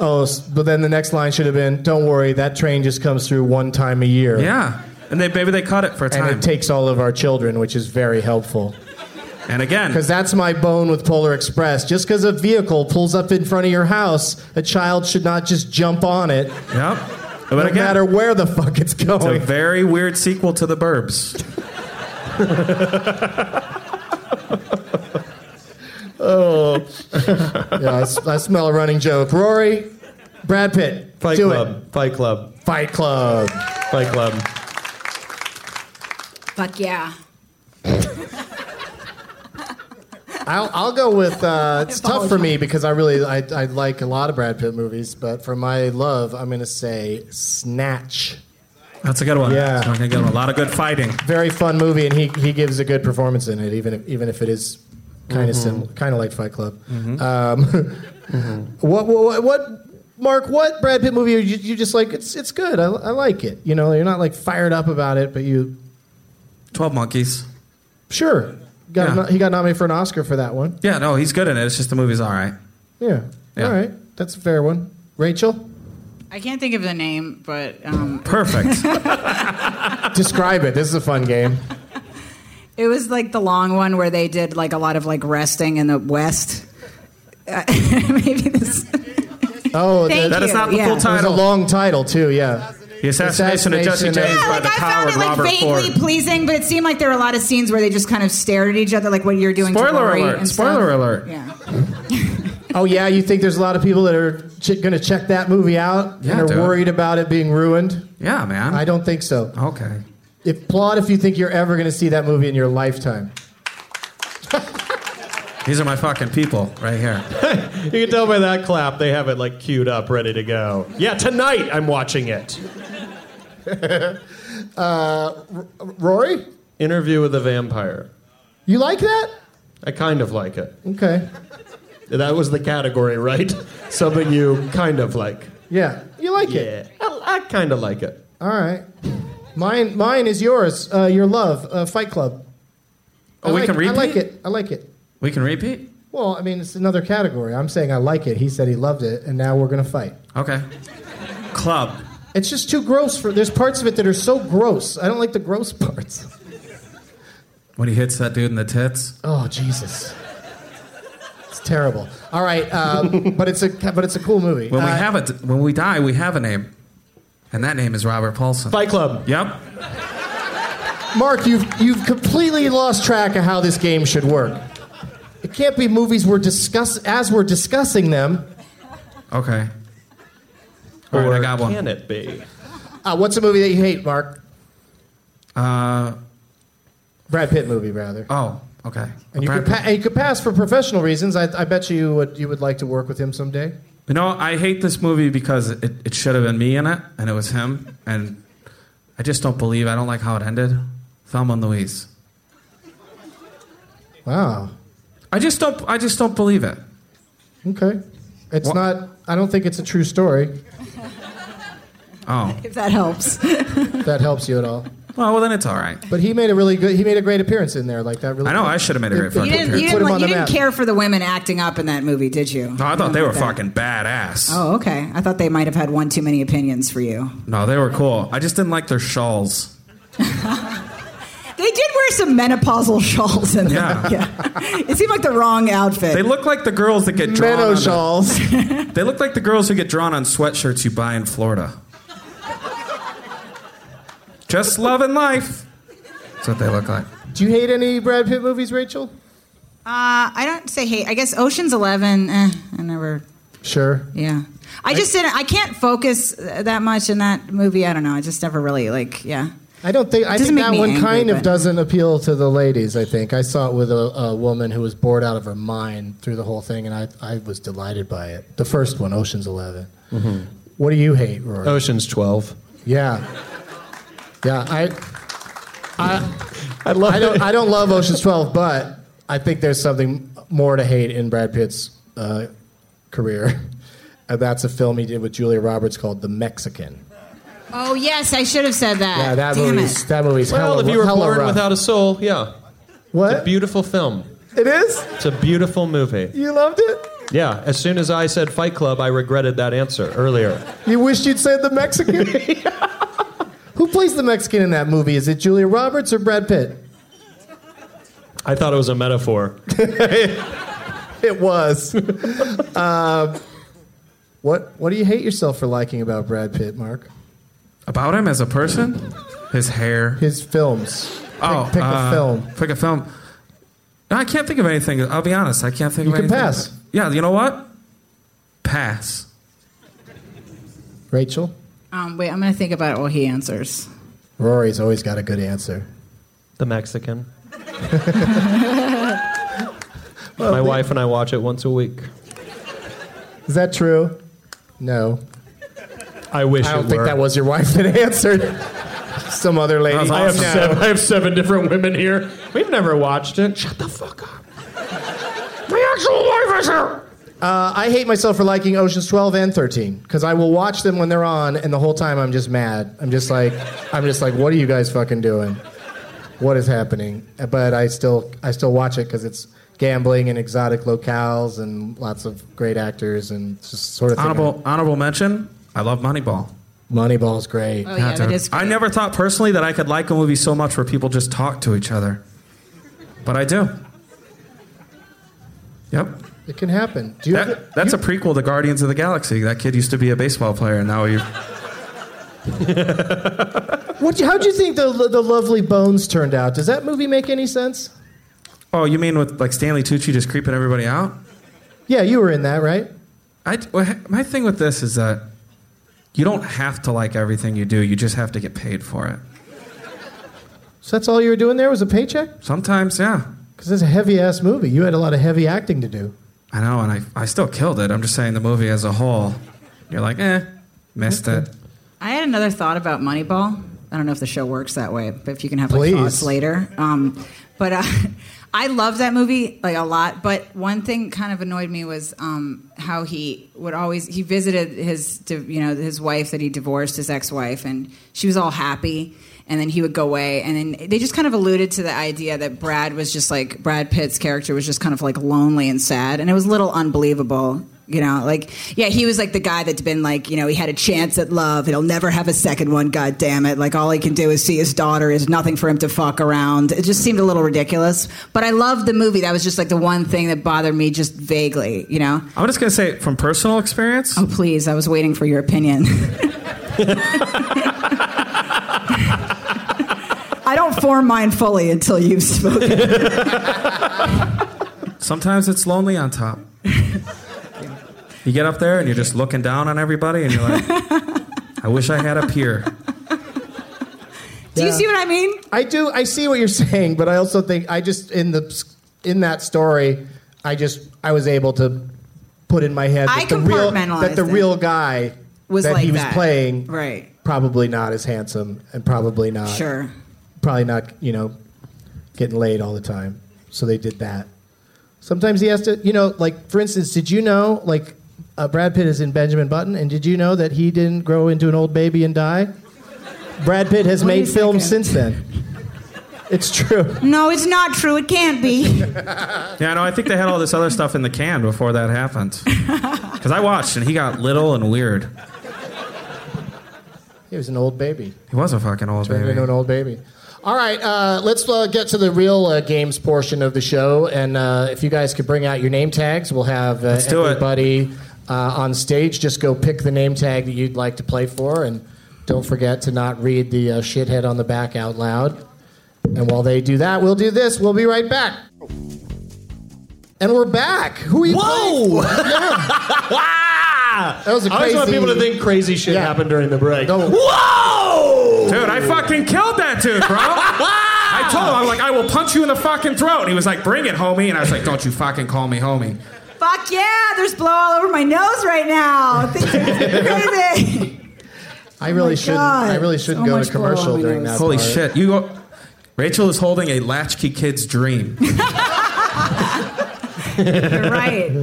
oh s- but then the next line should have been don't worry that train just comes through one time a year Yeah. And they maybe they cut it for a and time. it takes all of our children which is very helpful and again, Because that's my bone with Polar Express. Just because a vehicle pulls up in front of your house, a child should not just jump on it, yep. But no again, matter where the fuck it's it's a going. very weird sequel to The Burbs. Oh, yeah, I, s- I smell a running joke. Rory, Brad Pitt, Fight do Club. it. Fight Club. Fight Club. Fight Club. Fuck yeah. I'll, I'll go with. Uh, it's tough for me because I really I, I like a lot of Brad Pitt movies, but for my love, I'm gonna say Snatch. That's a good one. Yeah. That's a good one. A lot of good fighting. Very fun movie, and he, he gives a good performance in it, even if even if it is kind Mm-hmm. of similar, kind of like Fight Club. Um, What, what what Mark? What Brad Pitt movie are you, you just like? It's it's good. I, I like it. You know, you're not like fired up about it, but you Twelve Monkeys. sure got Yeah. no- he got nominated for an Oscar for that one. Yeah, no, he's good in it. It's just the movie's all right. Yeah. Yeah. All right, that's a fair one. Rachel, I can't think of the name, but um, Perfect. describe it. This is a fun game. it was like the long one where they did like a lot of like resting in the West. Uh, maybe this. Oh, that Thank that is you, not the yeah. full was a title. long title too. Yeah. the assassination of Jesse Assassination James of- by Like the I power found of it like Robert vaguely Ford. pleasing, but it seemed like there were a lot of scenes where they just kind of stared at each other, like what you're doing. to Spoiler Rory alert, and spoiler stuff. alert. Yeah. Oh yeah, you think there's a lot of people that are ch- going to check that movie out Yeah, and are dude. worried about it being ruined? Yeah, man. I don't think so. Okay. If applaud if you think you're ever going to see that movie in your lifetime. These are my fucking people right here. You can tell by that clap they have it like queued up, ready to go. Yeah, tonight I'm watching it. Uh, Rory, Interview with a Vampire. you like that? I kind of like it. Okay. That was the category, right? Something you kind of like. Yeah, you like it. Yeah, I, I kind of like it. All right. Mine, mine is yours. Uh, your love, uh, Fight Club. Oh, I we like, can repeat. I like it. I like it. We can repeat. Well, I mean, it's another category. I'm saying I like it. He said he loved it, and now we're going to fight. Okay. Club. It's just too gross for. There's parts of it that are so gross. I don't like the gross parts. When he hits that dude in the tits. Oh Jesus. It's terrible. All right, um, but it's a but it's a cool movie. When we Uh, have it, when we die, we have a name, and that name is Robert Paulson. Fight Club. Yep. Mark, you've you've completely lost track of how this game should work. It can't be movies we're discuss as we're discussing them. Okay. All right, I got Or one. Can it be? Uh, what's a movie that you hate, Mark? Uh, Brad Pitt movie, rather. oh, okay. and you could, pa- and you could pass for professional reasons. I, I bet you would you would like to work with him someday. you know, I hate this movie because it, it should have been me in it, and it was him, and I just don't believe. I don't like how it ended. Thelma and Louise. Wow. I just don't. I just don't believe it. Okay. It's What- not. I don't think it's a true story. Oh, If that helps. If that helps you at all. well, well then it's all right. But he made a really good. He made a great appearance in there. Like that. Really. I know I should have made a great fucking You didn't, you appearance. Put didn't, him like- on you the didn't map. care for the women acting up in that movie, did you? No, I thought they were That- fucking badass. Oh, okay. I thought they might have had one too many opinions for you. No, they were cool. I just didn't like their shawls. They did wear some menopausal shawls in there. Yeah. yeah. It seemed like the wrong outfit. They look like the girls that get drawn. Meadow on the- shawls. They look like the girls who get drawn on sweatshirts you buy in Florida. Just love and life. That's what they look like. Do you hate any Brad Pitt movies, Rachel? uh, I don't say hate. I guess Ocean's Eleven. Eh, I never. Sure. Yeah. I just didn't. I can't focus uh, that much in that movie. I don't know. I just never really like. Yeah. I don't think. I doesn't think make that me one angry, kind of but- doesn't appeal to the ladies. I think I saw it with a, a woman who was bored out of her mind through the whole thing, and I, I was delighted by it. The first one, Ocean's 11 Mm-hmm. What do you hate, Rory? Ocean's Twelve. Yeah, yeah. I I love I don't it. I don't love Ocean's Twelve, but I think there's something more to hate in Brad Pitt's uh, career, and that's a film he did with Julia Roberts called The Mexican. Oh yes, I should have said that. Yeah, that Damn movie's it. that movie's well, hella, if you were hella born rough. without a soul, yeah, what it's a beautiful film. it is. It's a beautiful movie. You loved it. Yeah. As soon as I said Fight Club, I regretted that answer earlier. You wished you'd said the Mexican. Who plays the Mexican in that movie? Is it Julia Roberts or Brad Pitt? I thought it was a metaphor. It was. uh, what What do you hate yourself for liking about Brad Pitt, Mark? About him as a person, his hair. His films. oh, pick a uh, film. Pick a film. No, I can't think of anything. I'll be honest. I can't think You of can anything. pass. Yeah, you know what? Pass. Rachel? Um, wait, I'm going to think about it while he answers. Rory's always got a good answer. The Mexican. My wife and I watch it once a week. Is that true? No. I wish I don't it think were. that was your wife that answered. Some other lady. That was I have, No. seven, I have seven different women here. We've never watched it. Shut the fuck up. My actual wife is here. Uh, I hate myself for liking Oceans 12 and 13 because I will watch them when they're on, and the whole time I'm just mad. I'm just like, I'm just like, what are you guys fucking doing? What is happening? But I still, I still watch it because it's gambling and exotic locales and lots of great actors and it's just sort of thing. Honorable honorable mention. I love Moneyball. Moneyball's great. Oh, yeah, God, that dude. is I never thought personally that I could like a movie so much where people just talk to each other, but I do. Yep, It can happen. Do you? that, that's a prequel to Guardians of the Galaxy. That kid used to be a baseball player, and now he. what, how do you think the the Lovely Bones turned out? Does that movie make any sense? Oh, you mean with like Stanley Tucci just creeping everybody out? Yeah, you were in that, right? I well, he- my thing with this is that you don't have to like everything you do. You just have to get paid for it. So that's all you were doing there was a paycheck? Sometimes, yeah. Because it's a heavy ass movie. You had a lot of heavy acting to do. I know, and I, I still killed it. I'm just saying the movie as a whole. You're like, eh, missed it. I had another thought about Moneyball. I don't know if the show works that way, but if you can have Please. like, thoughts later. Um, but uh, I love that movie like a lot. But one thing kind of annoyed me was um, how he would always he visited his di- you know his wife that he divorced his ex wife and she was all happy and then he would go away and then they just kind of alluded to the idea that Brad was just like Brad Pitt's character was just kind of like lonely and sad and it was a little unbelievable you know, like, yeah, he was like the guy that's been like, you know, he had a chance at love. He'll never have a second one, God damn it. Like, all he can do is see his daughter. Is nothing for him to fuck around. It just seemed a little ridiculous. But I loved the movie. That was just like the one thing that bothered me just vaguely, you know? I'm just gonna say from personal experience. Oh, please. I was waiting for your opinion. I don't form mine fully until you've spoken. Sometimes it's lonely on top. you get up there and you're just looking down on everybody, and you're like, I wish I had a peer. Do you Yeah. see what I mean? I do. I see what you're saying, but I also think I just in the in that story, I just I was able to put in my head I that the real compartmentalized that the it. real guy Was that like he was that. playing Right. probably not as handsome and probably not Sure. probably not you know getting laid all the time. So they did that. Sometimes he has to you know like for instance, did you know like uh, Brad Pitt is in Benjamin Button, and did you know that he didn't grow into an old baby and die? Brad Pitt has Wait a made films second. since then. It's true. No, it's not true. It can't be. Yeah, no, I think they had all this other stuff in the can before that happened. Because I watched, and he got little and weird. He was an old baby. He was a fucking old Turned baby. into an old baby. All right, uh, let's uh, get to the real uh, games portion of the show. And uh, if you guys could bring out your name tags, we'll have uh, do it. everybody uh, on stage just go pick the name tag that you'd like to play for. And don't forget to not read the uh, shithead on the back out loud. And while they do that, we'll do this. We'll be right back. And we're back. Who are you? playing for? Wow! That was a I just want crazy- people to think crazy shit Yeah. happened during the break. Don't- Whoa! Dude, I fucking killed that dude, bro. I told him, I'm like, I will punch you in the fucking throat. And he was like, bring it, homie. And I was like, don't you fucking call me homie. Fuck yeah, there's blood all over my nose right now. Things are crazy. I really Oh my shouldn't. God. I really should So not go much to commercial blood. during that. Holy part. shit. You go. Rachel is holding a latchkey kid's dream. Ah, You're right. I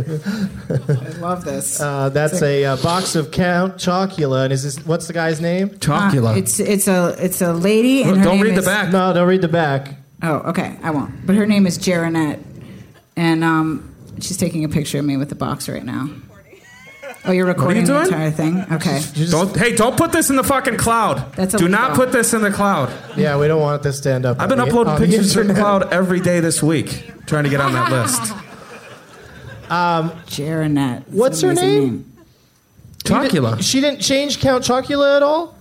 love this. Uh, that's a uh, box of Count Chocula, and is this what's the guy's name? Chocula. Uh, it's it's a it's a lady and her don't name read the is- back. No, don't read the back. Oh, okay, I won't. But her name is Jaronette, and um, she's taking a picture of me with the box right now. Oh, you're recording the doing? entire thing. Okay, Don't, hey, don't put this in the fucking cloud. That's Do not illegal. put this in the cloud. Yeah, we don't want this to stand up. I've been on the- uploading on the pictures to the internet. cloud every day this week, trying to get on that list. Jaronette. It's What's an her amazing name? Chocula. She didn't change Count Chocula at all.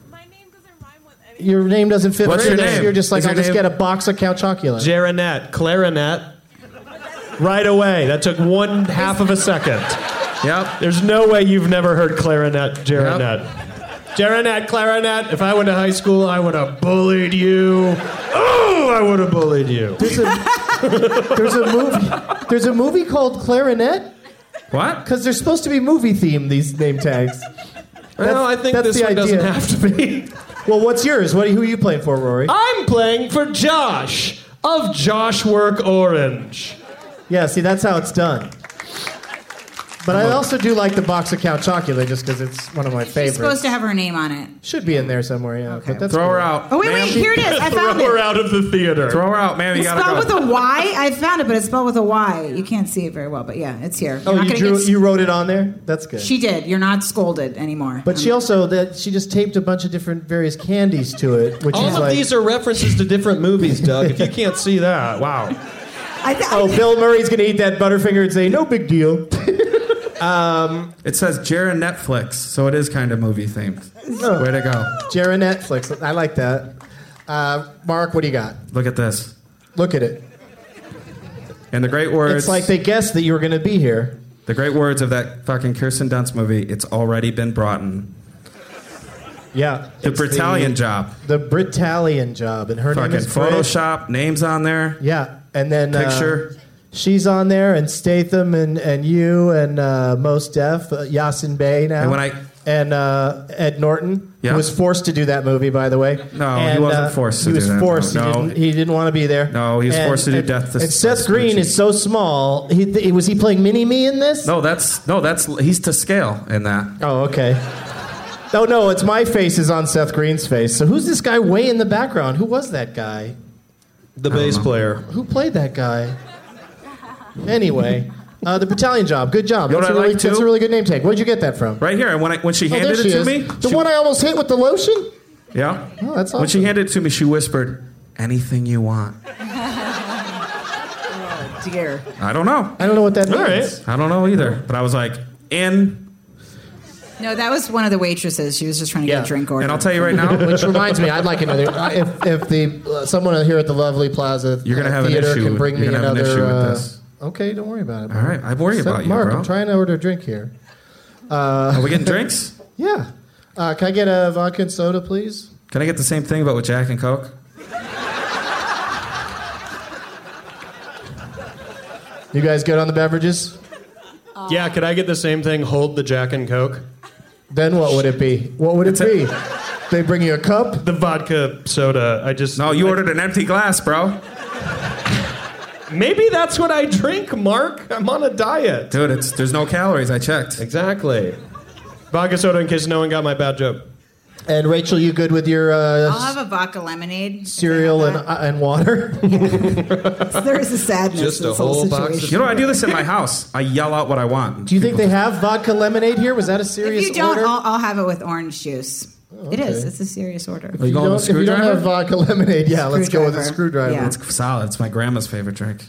Your name doesn't fit. What's right your there. name? You're just like Is your I'll just name- get a box of Count Chocula. Jarinette, clarinet. right away. That took one half of a second. Yep. There's no way you've never heard clarinet, Jaronet. Jaronet, clarinet. If I went to high school, I would have bullied you. Oh, I would have bullied you. There's a, there's a movie. There's a movie called Clarinet What? because they're supposed to be movie themed. These name tags. Well, I think that's this the one doesn't idea. have to be. Well, what's yours? What? Who are you playing for, Rory? Ah! I'm playing for Josh of Josh Work Orange. Yeah, see, that's how it's done. But I also do like the box of cow chocolate just because it's one of my She's favorites. supposed to have her name on it. Should be in there somewhere, yeah. But that's Throw her cool. out. Oh wait, ma'am. wait, here it is. I found Throw her it. out of the theater. Throw her out, man. You It's gotta spelled go. with a Y. I found it, but it's spelled with a Y. You can't see it very well, but yeah, it's here. You're Oh, not you gonna drew, get- you wrote it on there. That's good. she did. You're not scolded anymore. but she also that she just taped a bunch of different various candies to it, which All is of like these are references to different movies, Doug. If you can't see that, wow. I th- oh, Bill Murray's gonna eat that Butterfinger and say no big deal. It says Jared Netflix, so it is kind of movie themed. Way to go. Jared Netflix, I like that. Uh, Mark, what do you got? Look at this. Look at it. And the great words It's like they guessed that you were gonna be here. the great words of that fucking Kirsten Dunst movie, it's already been brought in. Yeah, The It's Britalian job. the Britalian job, and her name Fucking is Brit. Photoshop, names on there. Yeah, and then uh, Picture. she's on there, and Statham, and and you, and uh, Most Def, uh, Yasin Bey now, And when I- and uh, Ed Norton, Yeah. who was forced to do that movie, by the way. No, he And, uh, wasn't forced to he do was that. forced. No. He, didn't, he didn't want to be there. No, he was forced to do Death to And Seth Seth Green Gucci. is so small. He, th- was he playing Mini Me in this? No, that's no, that's he's to scale in that. Oh, okay. Oh no, it's my face is on Seth Green's face. So who's this guy way in the background? Who was that guy? The bass player. Who played that guy? Anyway, uh, the battalion job. Good job. You know That's a, what I really, like, too? that's a really good name tag. Where'd you get that from? Right here, and when I, when she Oh, handed there it she to is. me, The she- one I almost hit with the lotion? yeah, Oh, that's when she awesome. handed it to me, she whispered, "Anything you want." oh, dear. I don't know. I don't know what that means. All right. I don't know either. But I was like, in, No, that was one of the waitresses. She was just trying to get Yeah. a drink order. and I'll tell you right now, Which reminds me, I'd like another. uh, If, if the uh, someone here at the Lovely Plaza You're gonna uh, have an theater issue. can bring You're me gonna have an another. issue with uh, this. Okay, don't worry about it. All right, I worry about you, Mark, bro. I'm trying to order a drink here. are we getting drinks? Yeah. Uh, can I get a vodka and soda, please? Can I get the same thing but with Jack and Coke? You guys good on the beverages? Yeah, could I get the same thing? Hold the Jack and Coke. Then what would it be? What would it It's a- be? They bring you a cup? The vodka soda. I just No, Oh, you I- ordered an empty glass, bro. Maybe that's what I drink, Mark. I'm on a diet. Dude, it's there's no calories. I checked. Exactly. Vodka soda in case no one got my bad joke. And Rachel, you good with your uh, I'll have a vodka lemonade. cereal and, uh, and water? there is a sadness. Just Just a a whole whole box of- situation. You know, I do this in my house. I yell out what I want. Do you think they have vodka lemonade here? Was that a serious If you don't, order? Oh, I'll, I'll have it with orange juice. It is. It's a serious order. Are you You going don't- with if you don't screwdriver? have uh, vodka lemonade, yeah, let's go with a Screwdriver. screwdriver. Yeah. it's solid. It's my grandma's favorite drink.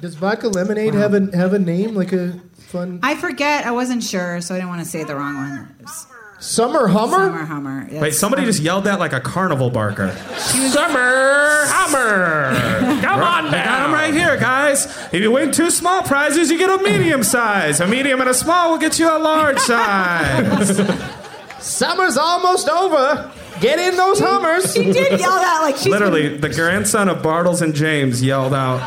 Does vodka lemonade have a have a name like a fun I forget. I wasn't sure, so I didn't want to say the wrong one. It was summer hummer? Summer Hummer. Wait, Yes. somebody just yelled that like a carnival barker. Summer Hammer! Come on down! I got 'em right here, guys. If you win two small prizes, you get a medium size. A medium and a small will get you a large size. Summer's almost over. Get in those hummers. She did yell that like she's Literally, the grandson of Bartles and James yelled out,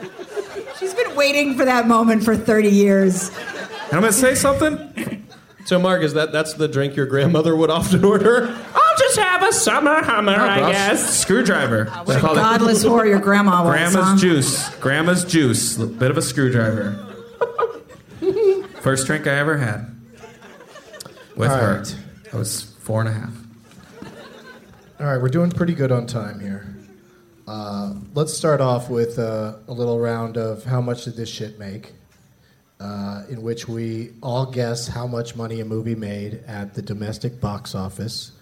Been, she's been waiting for that moment for 30 years. and I'm gonna say something. So, Mark, is that that's the drink your grandmother would often order? I'll just have a summer hammer, Bro, Screwdriver. They call it Godless whore your grandma was. huh? Grandma's juice. Grandma's juice. A bit of a screwdriver. First drink I ever had. With All her. right. I was four and a half. All right, we're doing pretty good on time here. Uh, let's start off with uh, a little round of how much did this shit make, uh, in which we all guess how much money a movie made at the domestic box office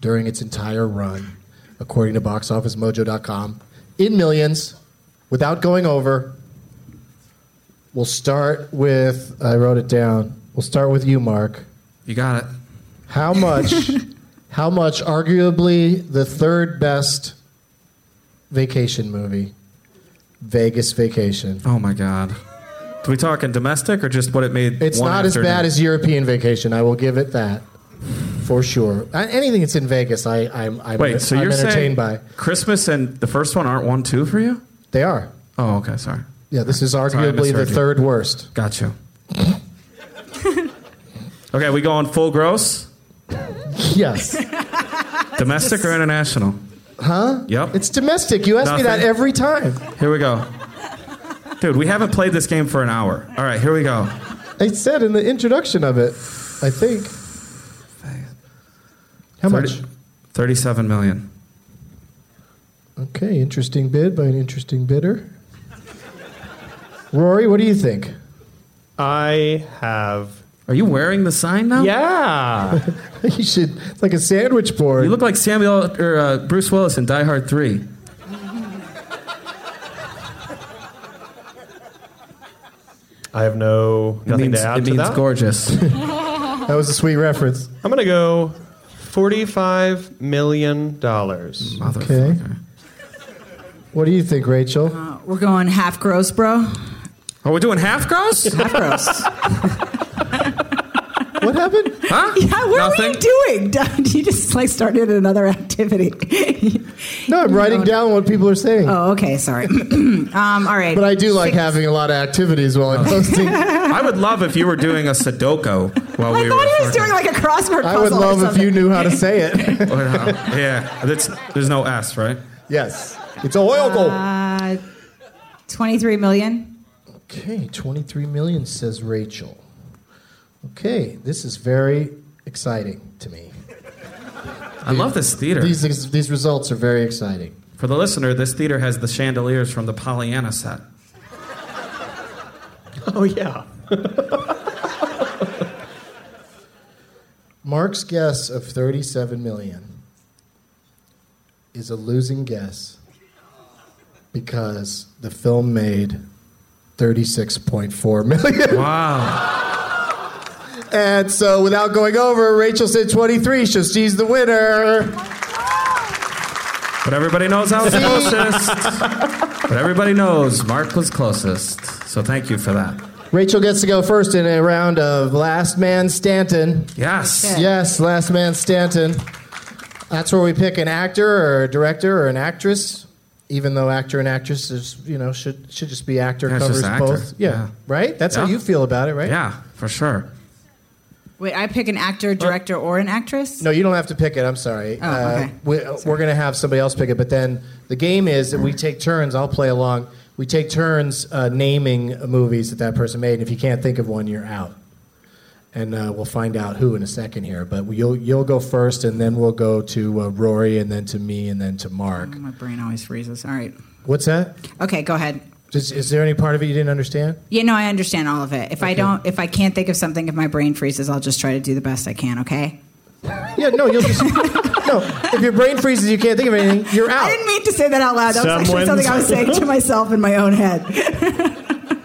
during its entire run, according to boxofficemojo.com, in millions, without going over. We'll start with, I wrote it down. We'll start with you, Mark. You got it. How much? how much? Arguably the third best vacation movie Vegas vacation. Oh my God. Do we talk in domestic or just what it made? It's one not as afternoon? bad as European vacation. I will give it that for sure. I, anything that's in Vegas, I, I'm, I'm, Wait, so I'm you're entertained saying by. Christmas and the first one aren't one two for you? They are. Oh, okay, sorry. Yeah, this is Sorry, I arguably the misheard you. third worst. Got you. okay, we going full gross, Yes. domestic or international? Huh? Yep. it's domestic. You ask me that Nothing. every time. Here we go. Dude, we haven't played this game for an hour. All right, here we go. I said in the introduction of it, I think. How much? 37 million. Okay, interesting bid by an interesting bidder. Rory, what do you think? I have. Are you wearing the sign now? Yeah. You should. It's like a sandwich board. You look like Samuel or uh, Bruce Willis in Die Hard 3. I have no It nothing means, to add it to means that. gorgeous. that was a sweet reference. I'm gonna go forty-five million dollars. Okay. Motherfucker. What do you think, Rachel? Uh, we're going half gross, bro. Are we doing half gross? Half gross. What happened? Huh? yeah, what Nothing? were you doing? Don? you just like started another activity. No, I'm writing No. down what people are saying. oh, okay, sorry. um, all right. But I do like having a lot of activities while I'm Oh. hosting. I I would love if you were doing a Sudoku while I we were. thought he was recording. doing like a crossword puzzle. would or love if you something. knew how to say it. Or how- yeah, that's, there's no S, right? yes. It's a oil goal. Uh, Twenty-three million. Okay, 23 million says Rachel. Okay, this is very exciting to me. I love this theater. These these results are very exciting. For the listener, this theater has the chandeliers from the Pollyanna set. Oh yeah. Mark's guess of 37 million is a losing guess because the film made 36.4 million. Wow. And so without going over, Rachel said 23, so she's the winner. But everybody knows I was closest. but everybody knows Mark was closest. So thank you for that. Rachel gets to go first in a round of Last Man Stanton. Yes. Yes, Last Man Stanton. That's where we pick an actor or a director or an actress, even though actor and actress is you know should should just be actor Yeah, it's covers just actor. both. Yeah. Yeah. right. That's how Yeah. you feel about it, right? Yeah, for sure. Wait, I pick an actor, director, or an actress. No, you don't have to pick it. I'm sorry. Uh, Oh, okay. we, We're going to have somebody else pick it. But then the game is that we take turns. I'll play along. We take turns uh, naming movies that that person made. And if you can't think of one, you're out. And uh, we'll find out who in a second here. But you'll you'll go first, and then we'll go to uh, Rory, and then to me, and then to Mark. My brain always freezes. All right. What's that? Okay, go ahead. Just, is there any part of it you didn't understand? Yeah, no, I understand all of it. If I don't, if I can't think of something, if my brain freezes, I'll just try to do the best I can. Okay. Yeah, no. You'll just no. If your brain freezes, you can't think of anything. You're out. I didn't mean to say that out loud. That was Someone's- actually something I was saying to myself in my own head.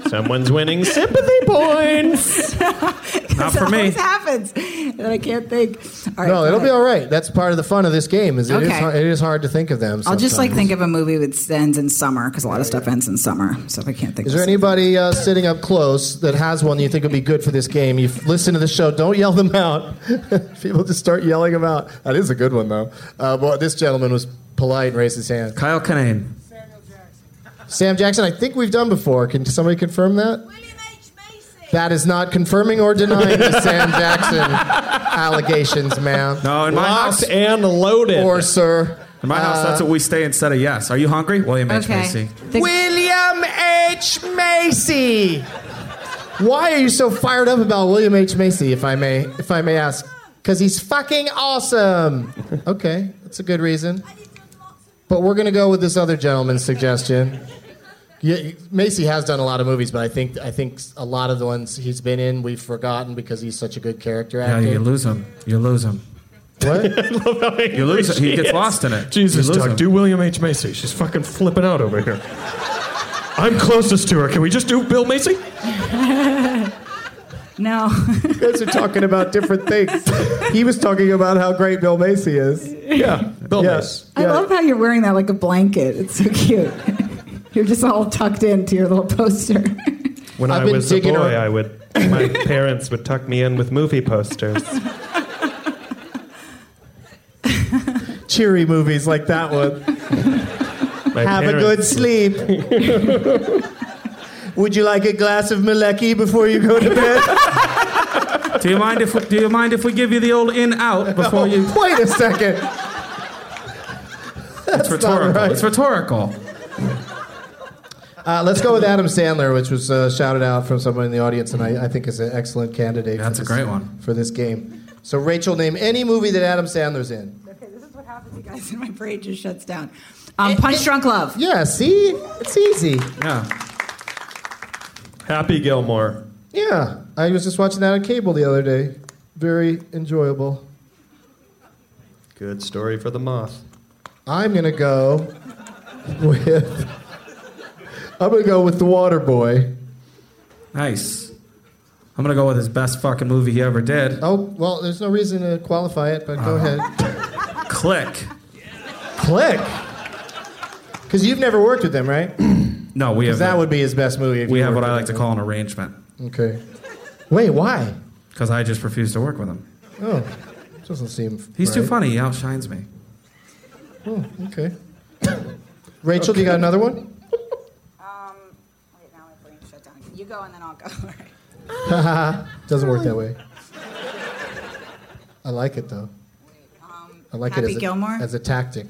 Someone's winning sympathy points. Not for That me. always happens, and I can't think. All right, no, go it'll be ahead. all right. That's part of the fun of this game. Is it is Okay. hard, it is hard to think of them. I'll just like sometimes. think of a movie that ends in summer because a lot of stuff ends in summer. So if I can't think, Is of there anybody uh, sitting up close that has one you think would be good for this game? You listen to the show. Don't yell them out. People just start yelling them out. That is a good one, though. Uh, well, this gentleman was polite and raised his hand. Kyle Kinane. Sam Jackson, I think we've done before. Can somebody confirm that? William H. Macy. That is not confirming or denying the Sam Jackson allegations, ma'am. No, in my house, Locked and loaded. Or, sir. in my house, that's what we stay instead of yes. Are you hungry, William H Okay. Macy? Think- William H. Macy. Why are you so fired up about William H. Macy, if I may, if I may ask? Because he's fucking awesome. Okay, that's a good reason. But we're gonna go with this other gentleman's suggestion. Yeah, Macy has done a lot of movies, but I think I think a lot of the ones he's been in we've forgotten because he's such a good character Yeah, actor. you lose him. You lose him. what? You lose him. He gets lost in it. Jesus, You lose Doug, him. do William H. Macy. She's fucking flipping out over here. I'm closest to her. Can we just do Bill Macy? no, you guys are talking about different things. he was talking about how great Bill Macy is. Yeah, Bill Yes. I love how you're wearing that like a blanket. It's so cute. You're just all tucked into your little poster. When I've I been was a boy, digging around- I would my parents would tuck me in with movie posters. Cheery movies like that one. My Have a parents- good sleep. Would you like a glass of Maleki before you go to bed? Do you mind if we, do you mind if we give you the old in out before you? Wait a second. It's rhetorical. right. It's rhetorical. Uh, let's go with Adam Sandler, which was uh, shouted out from someone in the audience, and I, I think is an excellent candidate. That's for a this- great one. for this game. So Rachel, name any movie that Adam Sandler's in. okay, this is what happens, you guys, and my brain just shuts down. Um, Punch Drunk Love. Yeah, see, it's easy. Yeah. Happy Gilmore. Yeah, I was just watching that on cable the other day. Very enjoyable. Good story for the moth. I'm gonna go with. I'm gonna go with The Water Boy. Nice. I'm gonna go with his best fucking movie he ever did. Oh well, there's no reason to qualify it, but go Uh-huh. ahead. Click. Click. Because you've never worked with them, right? No, we have. That would be his best movie. If we you have what worked I with like to call an arrangement him. Okay. Wait, why? because I just refuse to work with him. Oh, doesn't seem. He's too right. funny. He outshines me. Okay. Rachel, do you got another one? Wait, now my brain shut down. You go and then I'll go. All right. Doesn't work that way. I like it though. I like it um, Happy as a, Gilmore? as a tactic.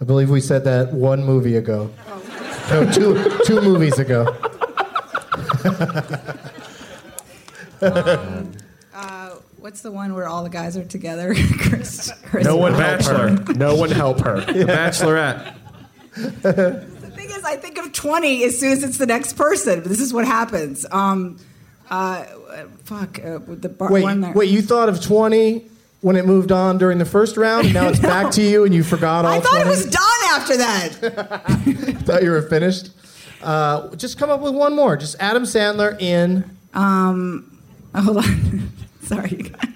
I believe we said that one movie ago. Oh. No, two two movies ago. What's the one where all the guys are together? Chris, Chris No one bachelor. No one help her. The Bachelorette. The thing is, I think of 20 as soon as it's the next person. This is what happens. Um, uh, fuck, uh, with the bar- Wait, one there. wait, you thought of twenty when it moved on during the first round. Now it's back to you, and you forgot all. I thought 20? it was done after that. thought you were finished. Uh, just come up with one more. Just Adam Sandler in. Um, hold on. Sorry, you guys.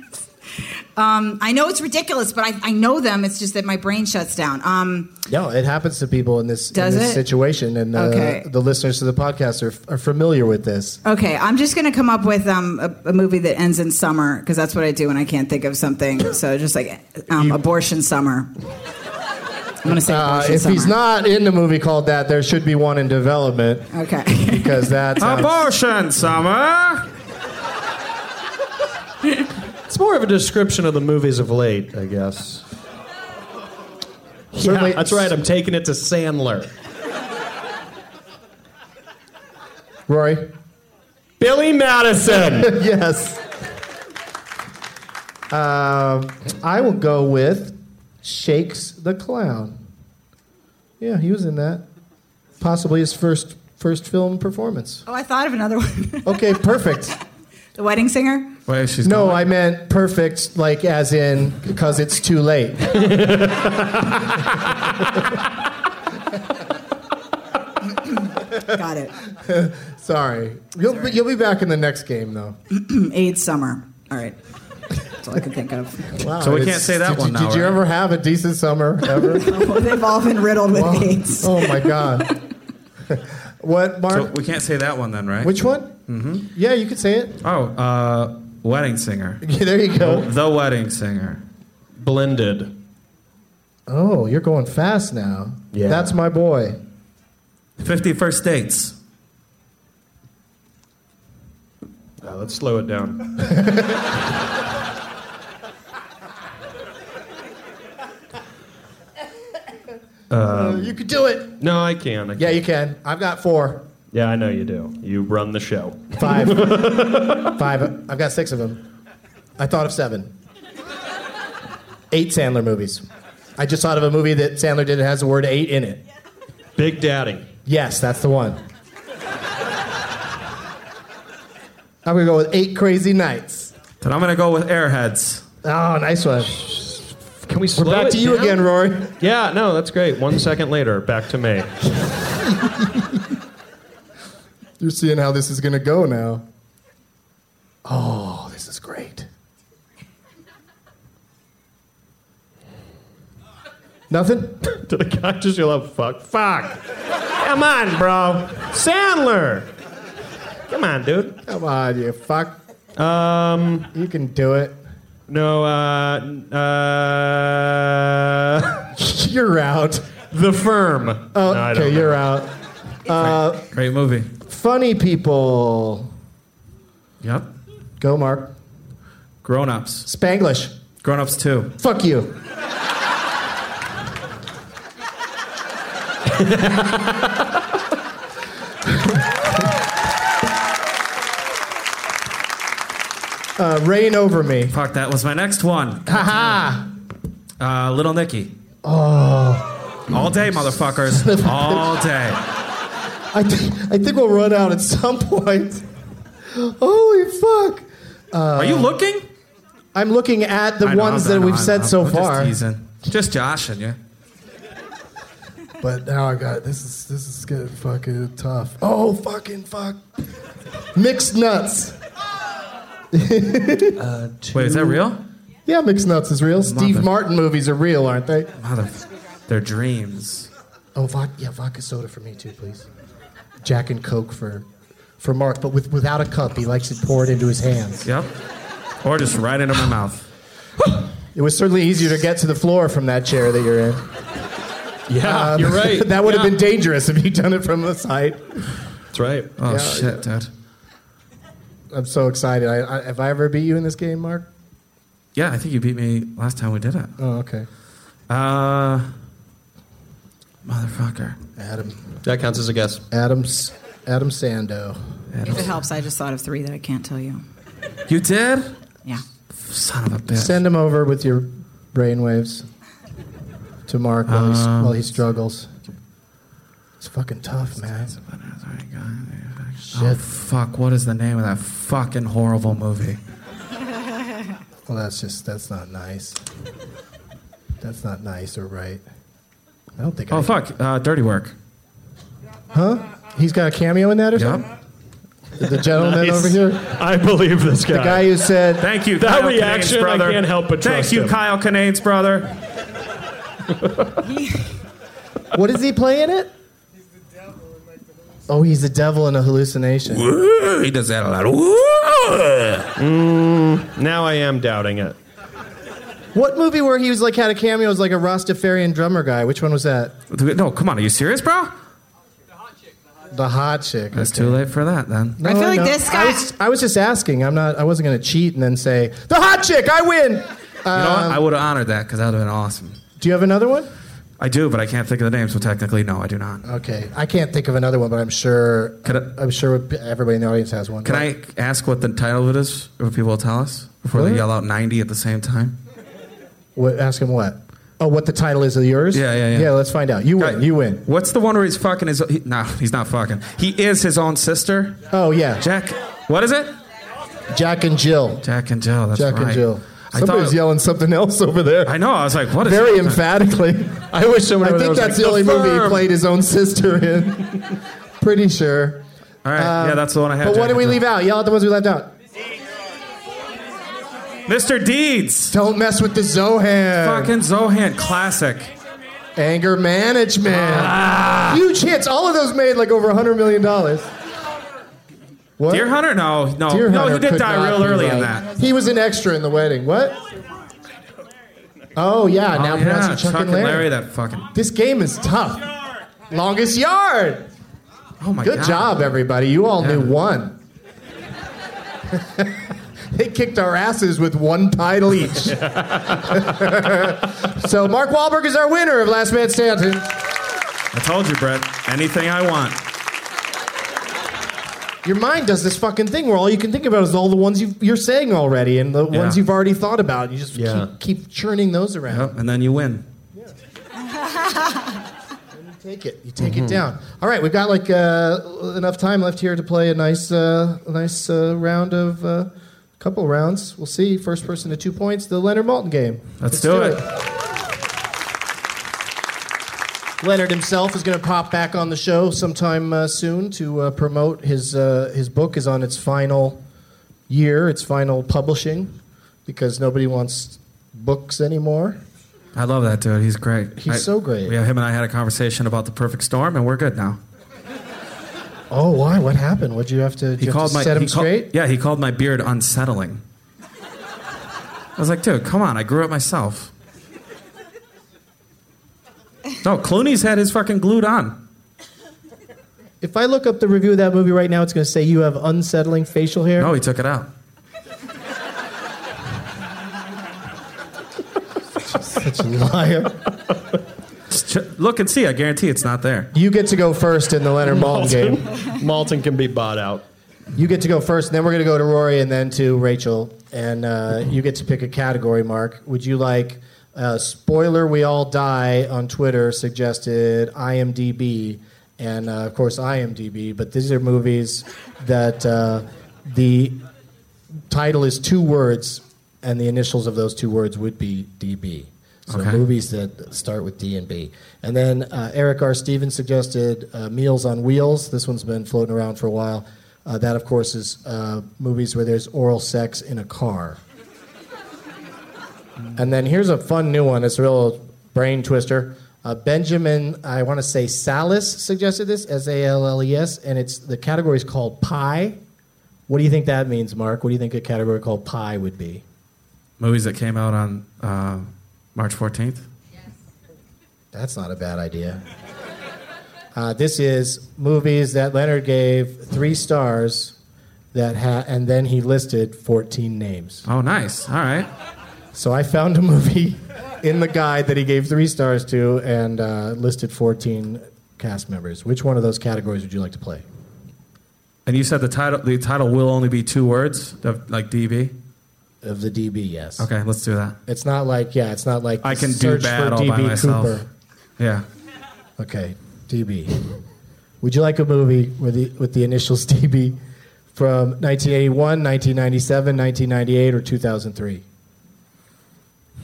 Um, I know it's ridiculous, but I, I know them. It's just that my brain shuts down. Um, No, it happens to people in this, in Does this it? situation, and uh, Okay. the listeners to the podcast are, are familiar with this. okay, I'm just going to come up with um, a, a movie that ends in summer because that's what I do when I can't think of something. So just like um, abortion summer. I'm going to say Uh, abortion if summer. he's not in the movie called that, there should be one in development Okay. because that's Abortion summer. It's more of a description of the movies of late, I guess. certainly Yeah, that's right. I'm taking it to Sandler. Rory. Billy Madison. yes. Um, I will go with Shakes the Clown. Yeah, he was in that. Possibly his first first film performance. Oh, I thought of another one. Okay, perfect. the Wedding Singer. Wait, she's No, gone. I meant perfect, like as in because it's too late. Got it. Sorry. You'll, Be, you'll be back in the next game, though. AIDS summer. All right. That's all I can think of. Wow, So we it's- can't say that did, you- one now, Did you right? ever have a decent summer ever? They've all been riddled with AIDS. oh my god. what, Mark? So we can't say that one then, right? Which one? Mm-hmm. Yeah, you could say it. Oh, uh, wedding singer. Yeah, there you go. The wedding singer. Blended. Oh, you're going fast now. Yeah. That's my boy. Fifty first dates. Uh, let's slow it down. you could do it. No, I can. I Yeah, can. you can. I've got four, yeah, I know you do. You run the show. five, five. I've got six of them. I thought of seven. Eight Sandler movies. I just thought of a movie that Sandler did that has the word eight in it. Big Daddy. Yes, that's the one. I'm gonna go with eight crazy nights. Then I'm gonna go with Airheads. Oh, nice one. Can we We're slow back it to you down? again, Rory. Yeah, no, that's great. One second later, back to me. You're seeing how this is gonna go now. Oh, this is great. Nothing? Did the guy just yell out, fuck, fuck? Come on, bro. Sandler. Come on, dude. Come on, you fuck. Um, You can do it. no, uh, uh, You're out. The Firm. Oh, No, I don't okay, know. you're out. Great movie. Funny people. Yep. Go, Mark. Grown ups. Spanglish. Grown ups too. Fuck you. uh, rain over me. Fuck, that was my next one. Haha. Uh, Little Nicky. Oh. All day, motherfuckers. All day. I, th- I think we'll run out at some point. Holy fuck. Are you looking? I'm looking at the I know, ones I that know, we've I said know. so I'm far. Just teasing. Just joshing you. But now I got this is this is getting fucking tough. Oh fucking fuck. Mixed nuts. Wait, is that real? Yeah, mixed nuts is real. Steve it. Martin movies are real, aren't they? Mother, their dreams. Oh, vodka, yeah, vodka soda for me too, please. Jack and Coke for for Mark, but with without a cup. He likes it poured into his hands. Yep. Or just right into my mouth. It was certainly easier to get to the floor from that chair that you're in. Yeah, you're right. Um, that would have Yeah. been dangerous if you'd done it from the side. That's right. Oh Yeah. shit, dude. I'm so excited. I, I, have I ever beat you in this game, Mark? Yeah, I think you beat me last time we did it. Oh, okay. Uh, motherfucker. Adam, That counts as a guess. Adam, S- Adam Sando. If it helps, I just thought of three that I can't tell you. You did? Yeah. Son of a bitch. Send him over with your brainwaves to Mark while, he's, Um, while he struggles. It's fucking tough, man. Oh Shit. fuck! What is the name of that fucking horrible movie? Well, that's just that's not nice. That's not nice or right. I don't think. Oh I, fuck! Uh, Dirty Work. He's got a cameo in that or Yep. something. The gentleman Nice. over here, I believe this guy. the guy who said, Thank you. That Kyle Kinane's reaction, I brother. can't help but Thank trust you, him. Kyle Kinane's brother. "What is he playing it?" Oh, he's the devil in a hallucination. he does that a lot. now I am doubting it. What movie where he was like had a cameo as like a Rastafarian drummer guy? Which one was that? No, come on. Are you serious, bro? The hot chick. It's too late for that then. No, I feel like no. this guy- I was, I was just asking. I'm not. I wasn't gonna cheat and then say the hot chick. I win. You know what? Um, I would have honored that because that would have been awesome. do you have another one? I do, but I can't think of the name, so technically, no, I do not. Okay, I can't think of another one, but I'm sure. Could I- I'm sure everybody in the audience has one. Can I ask what the title of it is, or people will tell us before Really? they yell out 90 at the same time? What, ask him what? Oh, what the title is of yours? Yeah, yeah, yeah. Yeah, let's find out. You win. Guy- You win. What's the one where he's fucking his? He, nah, he's not fucking. He is his own sister. Oh yeah, Jack, Jack. What is it? and Jill. Jack and Jill. That's Jack right. and Jill. I Somebody's thought. yelling something else over there. I know. I was like, what is Very that? emphatically. I wish someone. I over there think was that's like, the only movie he firm." played his own sister in. Pretty sure. All right. yeah, Um, that's the one I had. But Jack what did and we Jill. leave out? Y'all, the ones we left out. Mr. Deeds. Don't mess with the Zohan. Fucking Zohan. Classic. Anger management. Ah. Huge hits. All of those made like over $100 million. What? Deer Hunter? No, no, Deer Oh. no. Hunter He did could die not real be early in right. that. He was an extra in the wedding. What? Oh, yeah. now Oh, pronouncing yeah, Chuck, and Larry. That fucking. This game is tough. Longest yard. Oh my Good god. job, everybody. You all knew Yeah. one. they kicked our asses with one title each. so Mark Wahlberg is our winner of Last Man Standing. I told you, Brett. Anything I want. Your mind does this fucking thing where all you can think about is all the ones you've, you're saying already and the Yeah. ones you've already thought about. You just Yeah. keep, keep churning those around. Yep, and then you win. Take it. You Mm-hmm. take it down. All right, we've got like uh, enough time left here to play a nice, uh, a nice uh, round of uh, couple rounds. We'll see. First person to two points, the Leonard Malton game. Let's do it. Leonard himself is going to pop back on the show sometime uh, soon to uh, promote his uh, his book is on its final year, its final publishing, because nobody wants books anymore. I love that dude. He's great. He's so great. Yeah, him and I had a conversation about the perfect storm, and we're good now. Oh, why? What happened? Would you have to, did you have to set him he called- straight? yeah, he called my beard unsettling. I was like, dude, come on, I grew it myself. No, Clooney's had his fucking glued on. If I look up the review of that movie right now, it's going to say you have unsettling facial hair. No, he took it out. Such a liar. Just ch- Look and see. I guarantee it's not there. You get to go first in the Leonard Maltin game. Malton can be bought out. You get to go first, and then we're going to go to Rory and then to Rachel. And uh, you get to pick a category, Mark. Would you like uh, spoiler we all die on Twitter suggested IMDb? And uh, of course, IMDb, but these are movies that uh, the title is two words, and the initials of those two words would be DB. So Okay. movies that start with D and B. And then uh, Eric R. Stevens suggested uh, Meals on Wheels. This one's been floating around for a while. Uh, that, of course, is uh, movies where there's oral sex in a car. And then here's a fun new one. It's a real brain twister. Uh, Benjamin, I want to say Salas suggested this, S A L L E S, and it's the category is called pie. What do you think that means, Mark? What do you think a category called pie would be? Movies that came out on uh, March 14th. That's not a bad idea. Uh, this is movies that Leonard gave three stars, that ha- and then he listed 14 names. Oh, nice. All right. So I found a movie in the guide that he gave three stars to and uh, listed 14 cast members. Which one of those categories would you like to play? And you said the title the title will only be two words, the- like DB. Of the DB, yes. Okay, let's do that. It's not like yeah, it's not like I can do search bad for all DB by myself. Cooper. Yeah. Okay, DB. Would you like a movie with the with the initials DB from 1981, 1997, 1998, or 2003?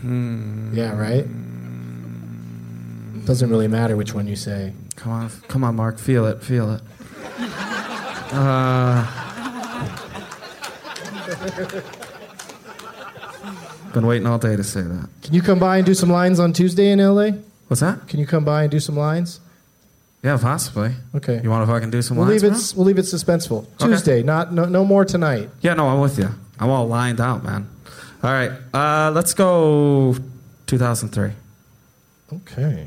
Hmm. Yeah, right. Doesn't really matter which one you say. Come on, come on, Mark. Feel it, feel it. Uh, been waiting all day to say that. Can you come by and do some lines on Tuesday in LA? What's that? Can you come by and do some lines? Yeah, possibly. Okay. You want to fucking do some We'll lines? leave bro? it. We'll leave it suspenseful. Okay. Tuesday, not no, no more tonight. Yeah, no, I'm with you. I'm all lined out, man. All right, uh, let's go 2003. Okay,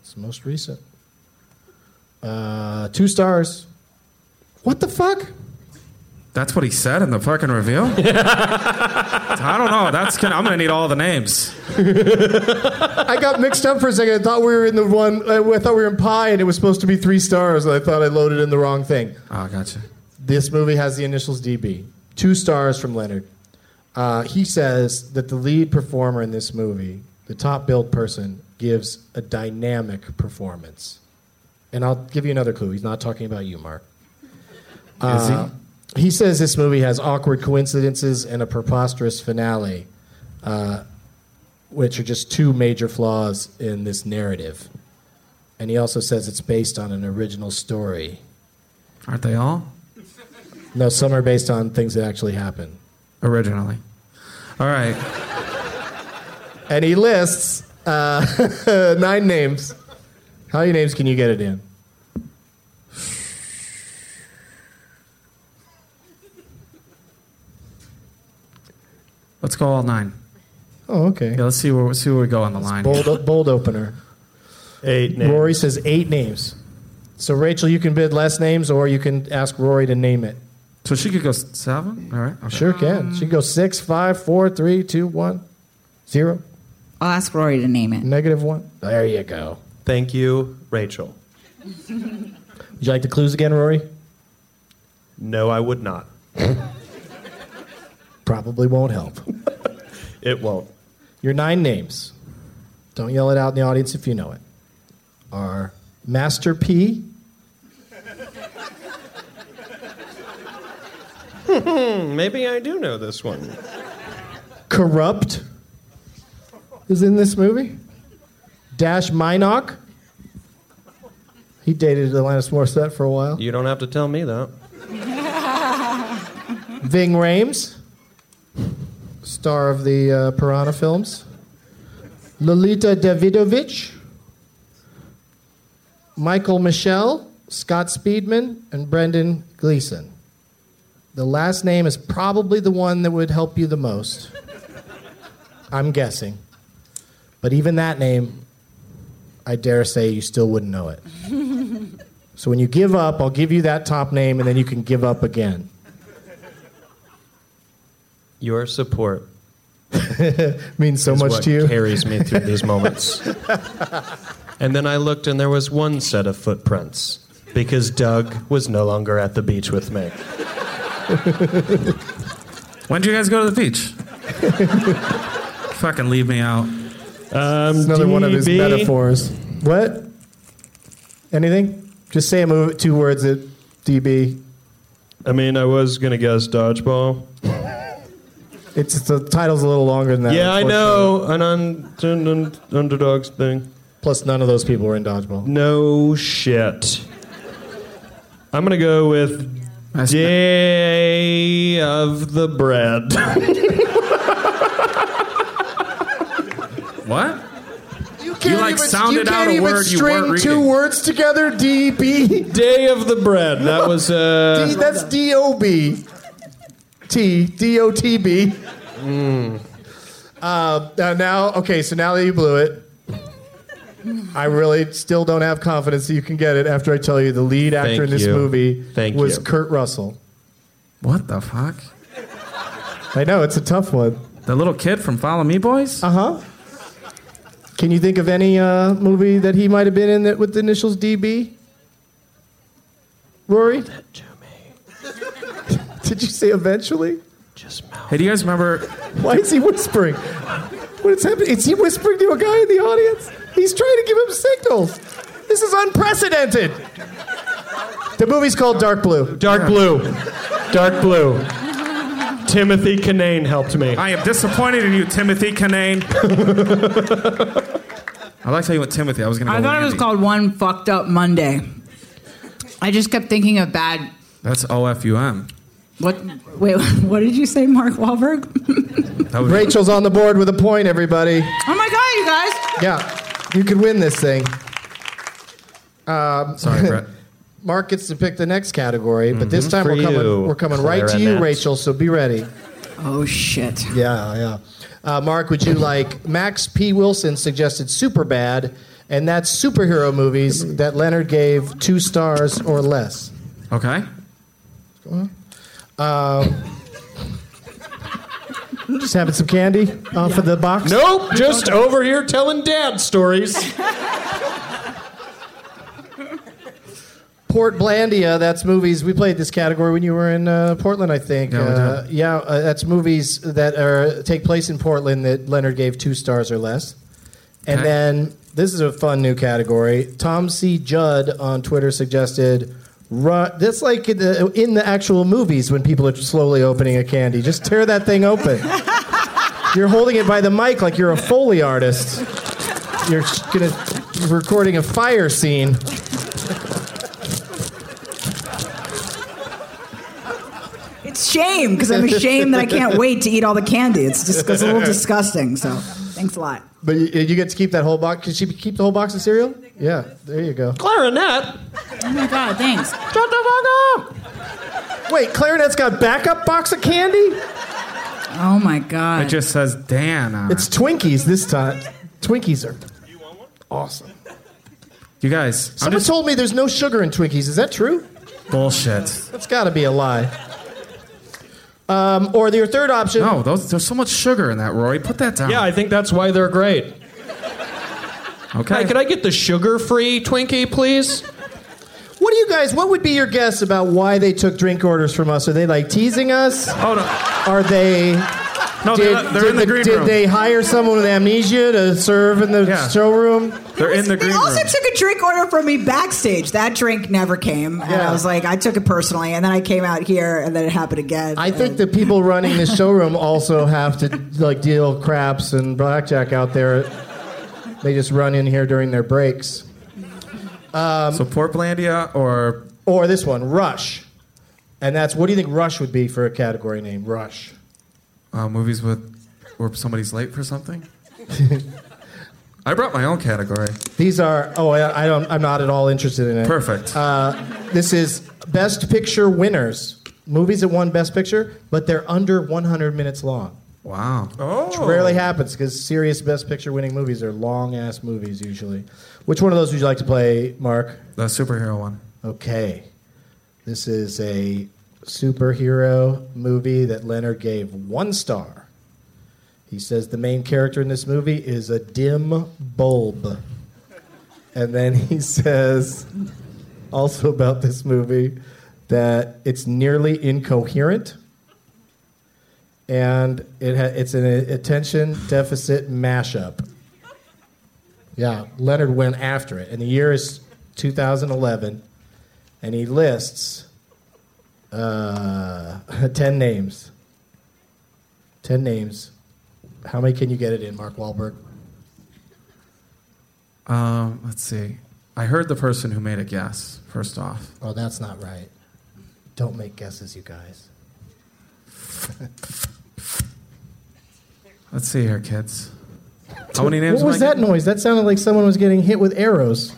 it's the most recent. Uh, two stars. What the fuck? That's what he said in the fucking review. I don't know. That's gonna, I'm gonna need all the names. I got mixed up for a second. I thought we were in the one. uh, I I thought we were in pie, and it was supposed to be three stars. And I thought I loaded in the wrong thing. Oh, gotcha. This movie has the initials DB. Two stars from Leonard. Uh, he says that the lead performer in this movie, the top billed person, gives a dynamic performance. And I'll give you another clue. He's not talking about you, Mark. Is Uh, he? He says this movie has awkward coincidences and a preposterous finale, uh, which are just two major flaws in this narrative. And he also says it's based on an original story. Aren't they all? No, some are based on things that actually happen. Originally. All right. And he lists uh, nine names. How many names can you get it in? Let's go all nine. Oh, okay. Yeah, let's see where see where we go on the line. Bold, bold opener. Eight names. Rory says eight names. So, Rachel, you can bid less names or you can ask Rory to name it. So she could go s- seven. All right. Okay. Sure can. She can go six, five, four, three, two, one, zero, I'll ask Rory to name it. negative one. There you go. Thank you, Rachel. Would you like the clues again, Rory? No, I would not. Probably won't help. It won't. Your nine names, don't yell it out in the audience if you know it, are Master P, Maybe I do know this one. Corrupt, is in this movie, Dash Minock. He dated Alanis Morissette for a while. You don't have to tell me that. Ving Rhames, star of the uh, Piranha films. Lolita Davidovich. Michael Michelle, Scott Speedman, and Brendan Gleeson. The last name is probably the one that would help you the most. I'm guessing. But even that name, I dare say you still wouldn't know it. so when you give up, I'll give you that top name and then you can give up again. Your support means so is much what to you. carries me through these moments. and then I looked, and there was one set of footprints because Doug was no longer at the beach with me. When did you guys go to the beach? Fucking leave me out. Um, It's another one of his DB. metaphors. What? Anything? Just say a move, two words at DB. I mean, I was gonna guess dodgeball. It's the title's a little longer than that. yeah, I unfortunately. know an un- un- un- underdogs thing. Plus, none of those people were in dodgeball. No shit. I'm gonna go with That's- Day of the Bread. What? You can't You, like, even- sounded you can't out a even word you string weren't two two reading. words together. DB. Day of the Bread. That was uh, that's D O B T D O T B. Hmm. Uh, now- now, okay, so now that you blew it, I really still don't have confidence that you can get it after I tell you the lead actor Thank in this you. movie Thank was you. Kurt Russell. What the fuck? I know, it's a tough one. The little kid from Follow Me Boys? Uh huh. Can you think of any uh, movie that he might have been in that with the initials DB? Rory? Did you say eventually? Hey, do you guys remember? Why is he whispering? What is happening? Is he whispering to a guy in the audience? He's trying to give him signals. This is unprecedented. The movie's called Dark Blue. Dark Blue. Dark Blue. Timothy Kinane helped me. I am disappointed in you, Timothy Canane. I like how you went Timothy. I was gonna. Go I thought it was Andy. called One Fucked Up Monday. I just kept thinking of bad. That's O F U M. What? Wait, what did you say, Mark Wahlberg? That would be- Rachel's on the board with a point, everybody. Oh my god, you guys! Yeah, you could win this thing. Sorry, Brett. Mark gets to pick the next category, but this time we're Mm-hmm. For coming, you, we're coming right to you, clarinet. Rachel, so be ready. Oh shit. Yeah, yeah. Uh, Mark, would you like Max P. Wilson suggested Superbad, and that's superhero movies that Leonard gave two stars or less. Okay. Just having some candy off of the box. Nope, just over here telling dad stories. Port Blandia, that's movies. We played this category when you were in uh, Portland, I think. Yeah, we uh, yeah uh, that's movies that are, take place in Portland that Leonard gave two stars or less. And Okay. then this is a fun new category. Tom C. Judd on Twitter suggested. Ru- that's like in the, in the actual movies when people are slowly opening a candy. Just tear that thing open. you're holding it by the mic like you're a Foley artist. You're gonna recording a fire scene. It's shame because I'm ashamed that I can't wait to eat all the candy. It's just it's a little disgusting. So thanks a lot. But you, you get to keep that whole box. Can she keep the whole box of cereal? Yeah, there you go. Clarinet? Oh my god, thanks. Shut the fuck up! Wait, Clarinet's got backup box of candy? Oh my god. It just says Dan on It's it. Twinkies this time. Twinkies are awesome. You guys, I'm Someone just told me there's no sugar in Twinkies. Is that true? bullshit. That's got to be a lie. Um, or your third option. No, those, there's so much sugar in that, Rory. Put that down. Yeah, I think that's why they're great. Okay. Hey, could I get the sugar free Twinkie, please? What do you guys? What would be your guess about why they took drink orders from us? Are they like teasing us? Oh no, Are they? no, Did, Oh, they're, they're did in the, the- green did room. they hire someone with amnesia to serve in the Yeah. showroom? they're in the they green also room. took a drink order from me backstage. That drink never came. And Yeah. I was like, I took it personally. And then I came out here and then it happened again. I think And- the people running this showroom also have to like deal craps and blackjack out there. They just run in here during their breaks. so Port Blandia or Or this one, Rush. And that's what do you think Rush would be for a category name? Rush. uh, movies with where somebody's late for something. I brought my own category. These are. Oh, I, I don't. I'm not at all interested in it. Perfect. This is Best Picture winners. Movies that won Best Picture, but they're under 100 minutes long. wow. Which rarely happens because serious Best Picture winning movies are long ass movies usually. Which one of those would you like to play, Mark? The superhero one. Okay. This is a superhero movie that Leonard gave one star. He says the main character in this movie is a dim bulb. And then he says, also about this movie, that it's nearly incoherent and it ha- it's an attention deficit mashup. Yeah, Leonard went after it. And the year is 2011. And he lists uh, 10 names. 10 names. How many can you get it in, Mark Wahlberg? Um, let's see. I heard the person who made a guess, first off. Oh, that's not right. Don't make guesses, you guys. Let's see here, kids. How many names what was am I that getting? noise? That sounded like someone was getting hit with arrows.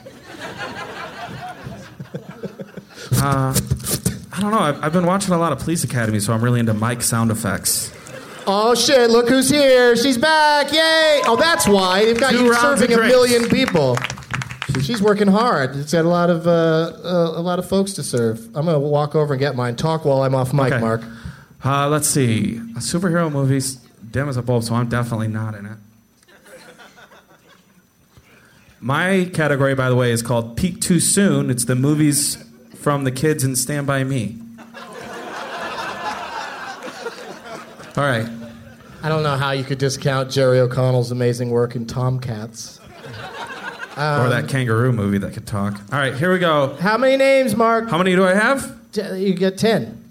I don't know. I've, I've been watching a lot of Police Academy, so I'm really into mic sound effects. Oh shit! Look who's here! She's back! Yay! Oh, that's why they've got Two you rounds of serving a drinks. million people. So she's working hard. It's got a lot of uh, uh, a lot of folks to serve. I'm gonna walk over and get mine. Talk while I'm off mic, Okay. Mark. Uh, let's see. A superhero movies. Dim as a bulb, so I'm definitely not in it. My category, by the way, is called Peak Too Soon. It's the movies from the kids in Stand By Me. All right. I don't know how you could discount Jerry O'Connell's amazing work in Tomcats. or Um, that kangaroo movie that could talk. All right, here we go. How many names, Mark? How many do I have? J- You get ten.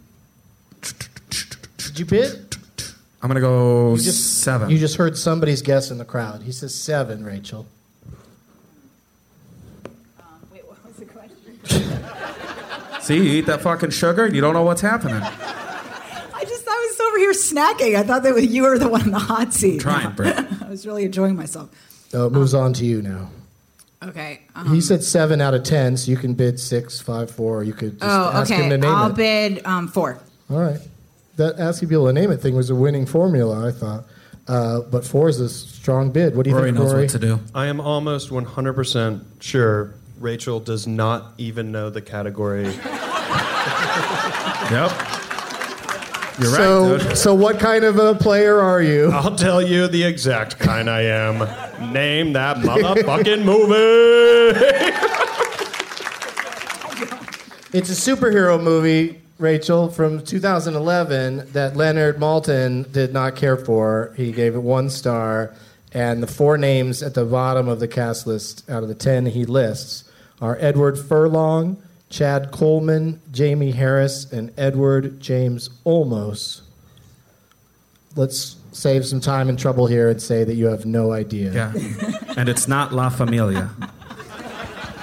Did you bid? I'm going to go You just- seven. You just heard somebody's guess in the crowd. He says seven, Rachel. Wait, what was the question? See, you eat that fucking sugar, you don't know what's happening. I just I was over here snacking. I thought that you were the one in the hot seat. Trying, Brett. I was really enjoying myself. So it moves on to you now. Okay. Um, He said seven out of ten, so you can bid six, five, four. You could just oh, ask him okay. to name I'll it. bid um, four. All right. That asking people to name it thing was a winning formula, I thought. Uh, but four is a strong bid. What do you Rory think, knows Rory? what to do. I am almost 100% sure Rachel does not even know the category. Yep. You're so, right, dude. so what kind of a player are you? I'll tell you the exact kind I am. Name that motherfucking movie. It's a superhero movie, Rachel, from 2011 that Leonard Maltin did not care for. He gave it one star, and the four names at the bottom of the cast list out of the ten he lists are Edward Furlong, Chad Coleman, Jamie Harris, and Edward James Olmos. Let's save some time and trouble here and say that you have no idea. Yeah. And it's not La Familia.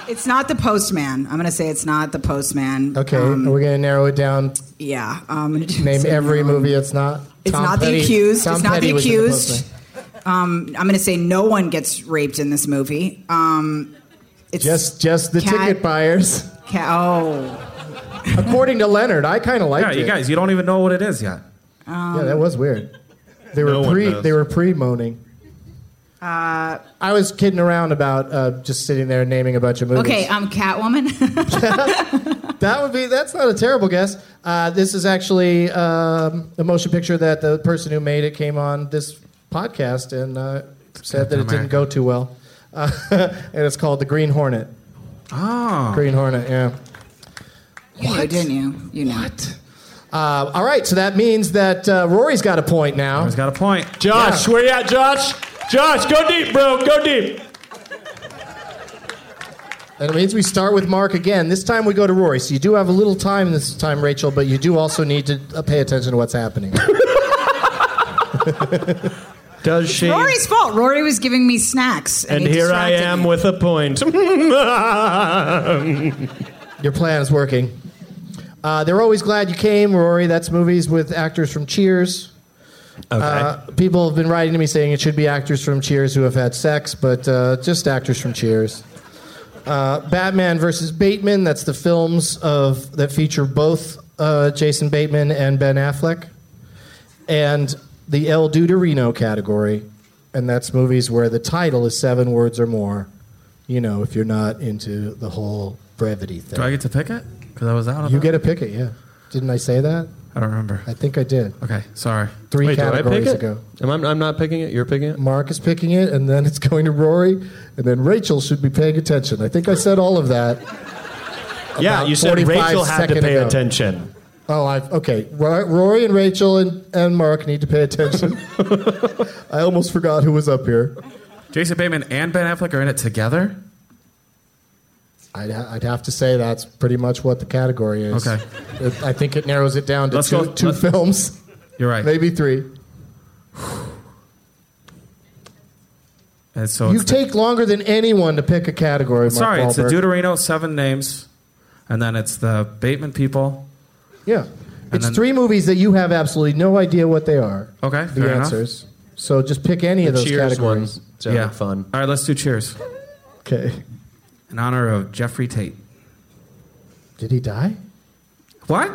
It's not the postman. I'm going to say it's not the postman. Okay, Um, we're going to narrow it down. yeah. Um, Name every movie it's not. It's Tom not Petty- the accused. Tom it's not Petty the was in accused. Postman. um, I'm going to say no one gets raped in this movie. Um, it's Just just the Cat- ticket buyers. Ca- oh, According to Leonard, I kind of liked Yeah, it. you guys, you don't even know what it is yet. yeah, that was weird. They were No one pre knows. they were pre moaning. Uh, I was kidding around about uh, just sitting there naming a bunch of movies. okay. uh- I'm Catwoman. that would be that's not a terrible guess. Uh, this is actually um, a motion picture that the person who made it came on this podcast and uh, said that it didn't go too well. Uh, and it's called The Green Hornet. Oh. Green Hornet, yeah. you knew, didn't you? You know. What? Uh, all right, so that means that uh, Rory's got a point now. He's got a point. Josh, where you at, Josh? Josh, go deep, bro. Go deep. And it means we start with Mark again. This time we go to Rory. So you do have a little time this time, Rachel, but you do also need to uh, pay attention to what's happening. Does she? Rory's fault. Rory was giving me snacks, and, And he here I distracted am me. with a point. Your plan is working. Uh, they're always glad you came, Rory. That's movies with actors from Cheers. Okay. Uh, people have been writing to me saying it should be actors from Cheers who have had sex, but uh, just actors from Cheers. Uh, Batman versus Bateman. That's the films of that feature both uh, Jason Bateman and Ben Affleck, and the El Duderino category, and that's movies where the title is seven words or more. You know, if you're not into the whole brevity thing, Do I get to pick it? Because I was out. you get a pick it. Yeah, didn't I say that? I don't remember. I think I did Okay, sorry. three Wait, do I pick categories it? ago. Am I, I'm not picking it. You're picking it. Mark is picking it, and then it's going to Rory, and then Rachel should be paying attention. I think I said all of that. Yeah, About you said 45 Rachel had to second pay ago. attention. Oh, I've okay. Ro- Rory and Rachel and, and Mark need to pay attention. I almost forgot who was up here. Jason Bateman and Ben Affleck are in it together. I'd, ha- I'd have to say that's pretty much what the category is. Okay. It- I think it narrows it down to Let's two, go- two let- films, You're right. maybe three. And so You it's the- take longer than anyone to pick a category. Mark sorry, it's the Wahlberg. Deuterino seven names, and then it's the Bateman people. Yeah. It's then- three movies that you have absolutely no idea what they are. Okay, The fair enough. answers. So just pick any of those Cheers categories. one sounded yeah, fun. All right, let's do cheers Okay. in honor of Jeffrey Tate. Did he die? What?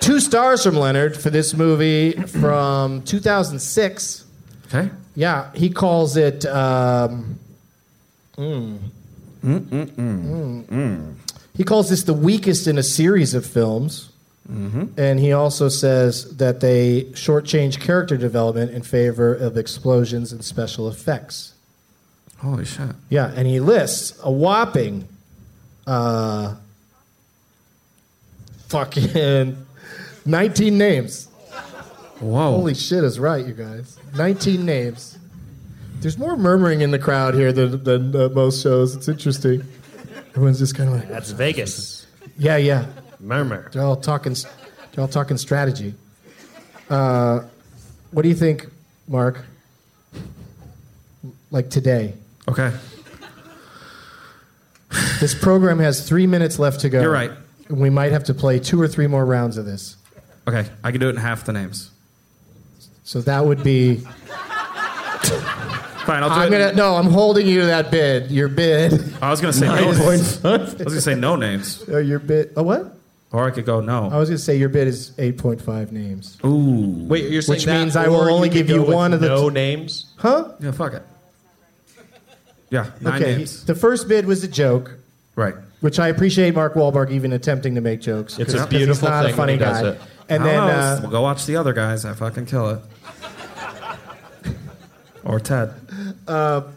Two stars from Leonard for this movie from 2006. Okay. Yeah, he calls it. Um, mm. Mm. Mm. He calls this the weakest in a series of films. Mm-hmm. And he also says that they shortchange character development in favor of explosions and special effects. Holy shit. Yeah, and he lists a whopping uh, fucking 19 names. Whoa. Holy shit is right, you guys. 19 names. There's more murmuring in the crowd here than, than uh, most shows. It's interesting. Everyone's just kind of like, That's Vegas. yeah, yeah. Murmur. They're all talking, they're all talking strategy. Uh, what do you think, Mark? Like today, Okay. This program has three minutes left to go. You're right. We might have to play two or three more rounds of this. Okay. I can do it in half the names. So that would be. Fine. I'll do I'm it. in- gonna. No, I'm holding you to that bid. Your bid. I was gonna say no names. I was gonna say no names, Oh, your bid. Oh, what? or I could go I no. was gonna say your bid is 8.5 names. Ooh. Wait, you're saying Which that, means I will or only could give go you with one of the no t- names. Huh? Yeah. Fuck it. Yeah. Nine okay. names. The first bid was a joke, Right. which I appreciate Mark Wahlberg even attempting to make jokes. It's a 'cause he's beautiful not thing a funny when he does guy. it. Oh. And I then don't know. uh, We'll go watch the other guys. I fucking kill it. or Ted.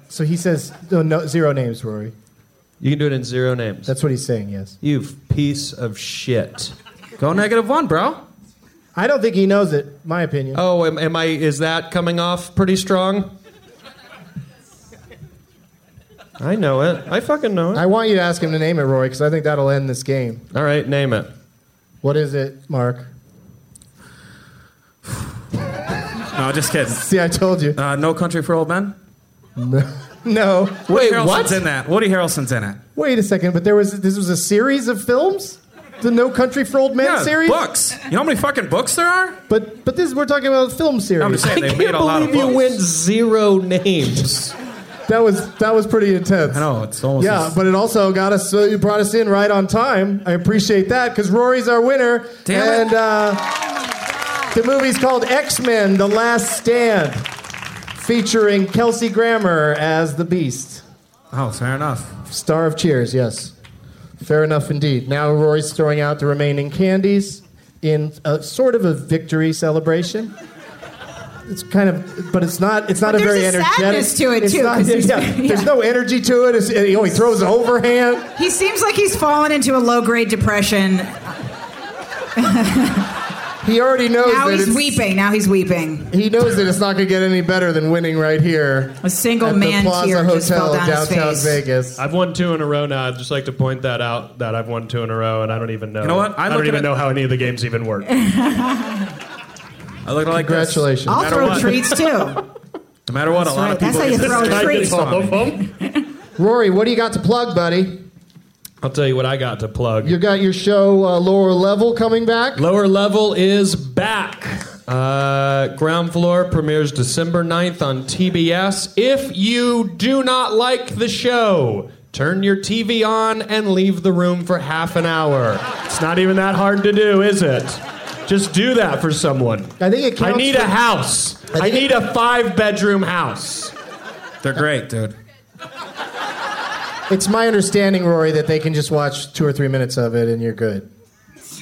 so he says no, no zero names, Rory. You can do it in zero names. That's what he's saying. Yes. you piece of shit. Go negative one, bro. I don't think he knows it. My opinion. Oh, am, am I? Is that coming off pretty strong? I know it. I fucking know it. I want you to ask him to name it, Roy, because I think that'll end this game. All right, name it. What is it, Mark? No, just kidding. See, I told you. Uh, no Country for Old Men. No. Woody Harrelson's in that. Woody Harrelson's in it. Wait a second, but there was this was a series of films? The No Country for Old Men Yeah, series? books. You know how many fucking books there are? But but this we're talking about a film series. I'm just saying they I made can't a lot of believe you books. went zero names. That was that was pretty intense. I know it's almost. Yeah, as- but it also got us so you brought us in right on time. I appreciate that because Rory's our winner. Damn it. and uh, the movie's called X-Men The Last Stand, featuring Kelsey Grammer as the beast. oh, fair enough. Star of Cheers, yes. Fair enough indeed. Now Roy's throwing out the remaining candies in a sort of a victory celebration. It's kind of, but it's not. It's not But a there's very a energetic. sadness to it, it's too, not- 'cause he's- yeah, There's yeah. no energy to it. It's, he only throws an overhand. He seems like he's fallen into a low grade depression. He already knows Now that he's it's- weeping. Now he's weeping. He knows that it's not going to get any better than winning right here A single at the man Plaza tear Hotel just fell in down his downtown face. Vegas. I've won two in a row now. I'd just like to point that out that I've won two in a row, and I don't even know. You know what? I I, look don't at even it- know how any of the games even work. I look like this. Congratulations. I'll matter throw what. treats too. No matter what, a lot of right. That's people. how you get throw a distracted treat. from All of me. them. Rory, what do you got to plug, buddy? I'll tell you what I got to plug. You got your show uh, Lower Level coming back. Lower Level is back. Uh, Ground Floor premieres December 9th on TBS. If you do not like the show, turn your TV on and leave the room for half an hour. It's not even that hard to do, is it? Just do that for someone. I think it I counts need for- a house. I I think it- need a five bedroom house. They're great, dude. It's my understanding, Rory, that they can just watch two or three minutes of it and you're good.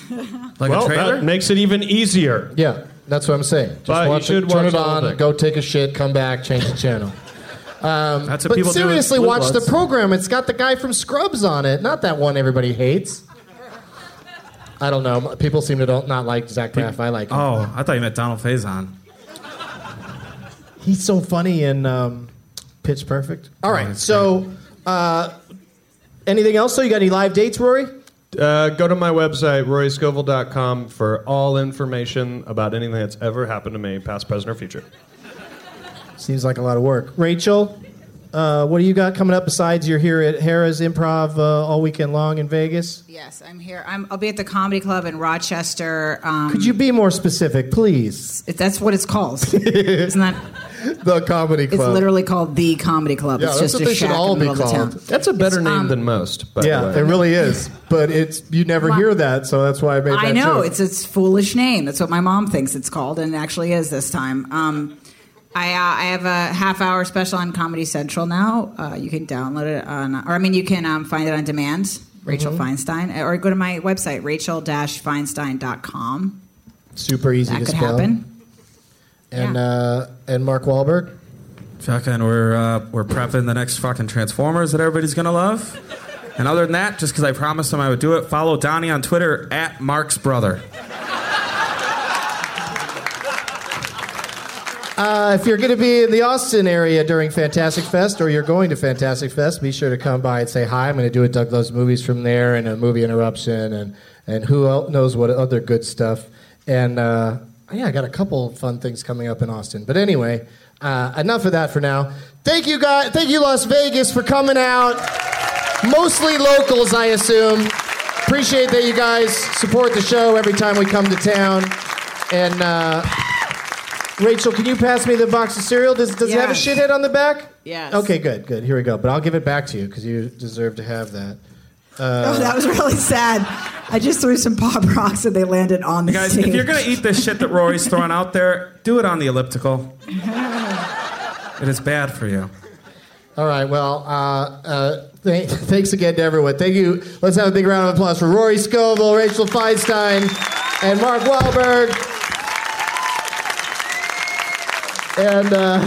Like a Well, trailer? Oh, that makes it even easier. Yeah, that's what I'm saying. Just But you watch should it, turn watch it the whole on, thing. go take a shit, come back, change the channel. Um, That's what But people do with seriously, Blue watch the Bloods. program. It's got the guy from Scrubs on it, not that one everybody hates. I don't know. People seem to don't not like Zach Braff. I like him. Oh, I thought you meant Donald Faison. He's so funny in um, Pitch Perfect. All Oh, right, that's so uh, anything else? So you got any live dates, Rory? Uh, go to my website, roryscoville.com, for all information about anything that's ever happened to me, past, present, or future. Seems like a lot of work. Rachel, uh, what do you got coming up besides you're here at Harrah's Improv uh, all weekend long in Vegas? Yes, I'm here. I'm, I'll be at the comedy club in Rochester. Um, Could you be more specific, please? That's what it's called. it's not. The comedy It's literally called the comedy club. Yeah, it's that's just what a they should shack all in the be middle of called. town. That's a better name um, than most, by Yeah, the it way. really is. But it's you never hear that, so that's why I made that I know joke. it's it's foolish name. That's what my mom thinks it's called, and it actually is this time. Um, I uh, I have a half hour special on Comedy Central now. Uh, you can download it on, or I mean, you can um, find it on demand. Rachel Mm-hmm. Feinstein, or go to my website rachel-feinstein.com. super easy That to could spell. happen. And Yeah. uh, and Mark Wahlberg. Fucking, we're uh, we're prepping the next fucking Transformers that everybody's gonna love. And other than that, just because I promised him I would do it, follow Donnie on Twitter at Mark's brother. Uh, if you're going to be in the Austin area during Fantastic Fest, or you're going to Fantastic Fest, be sure to come by and say hi. I'm going to do a Doug Loves Movies from there, and a movie interruption, and and who el knows what other good stuff. And uh, yeah, I got a couple of fun things coming up in Austin. But anyway, uh, enough of that for now. Thank you guys. Thank you, Las Vegas, for coming out. Mostly locals, I assume. Appreciate that you guys support the show every time we come to town. And uh, Rachel, can you pass me the box of cereal? Does, does it have a Yes. shithead on the back? Yes. Okay, good, good. Here we go. But I'll give it back to you because you deserve to have that. oh, that was really sad. I just threw some pop rocks and they landed on the Guys, stage. if you're gonna eat this shit that Rory's throwing out there, do it on the elliptical. It is bad for you. All right. Well, uh, uh, th- thanks again to everyone. Thank you. Let's have a big round of applause for Rory Scovel, Rachel Feinstein, and Mark Wahlberg. And uh,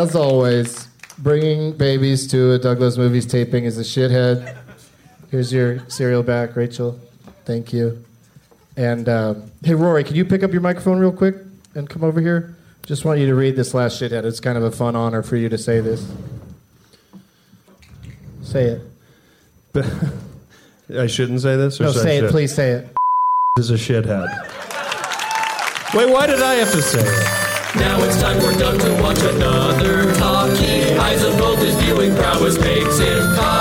as always, bringing babies to a Douglas Movies taping is a shithead. Here's your cereal back, Rachel. Thank you. And um, hey, Rory, can you pick up your microphone real quick and come over here? Just want you to read this last shithead. It's kind of a fun honor for you to say this. Say it. I shouldn't say this? Or No, should I say it. should? Please say it. is a shithead. Wait, why did I have to say it? Now it's time we're done to watch another talkie. Eyes of both his viewing prowess makes him cocky.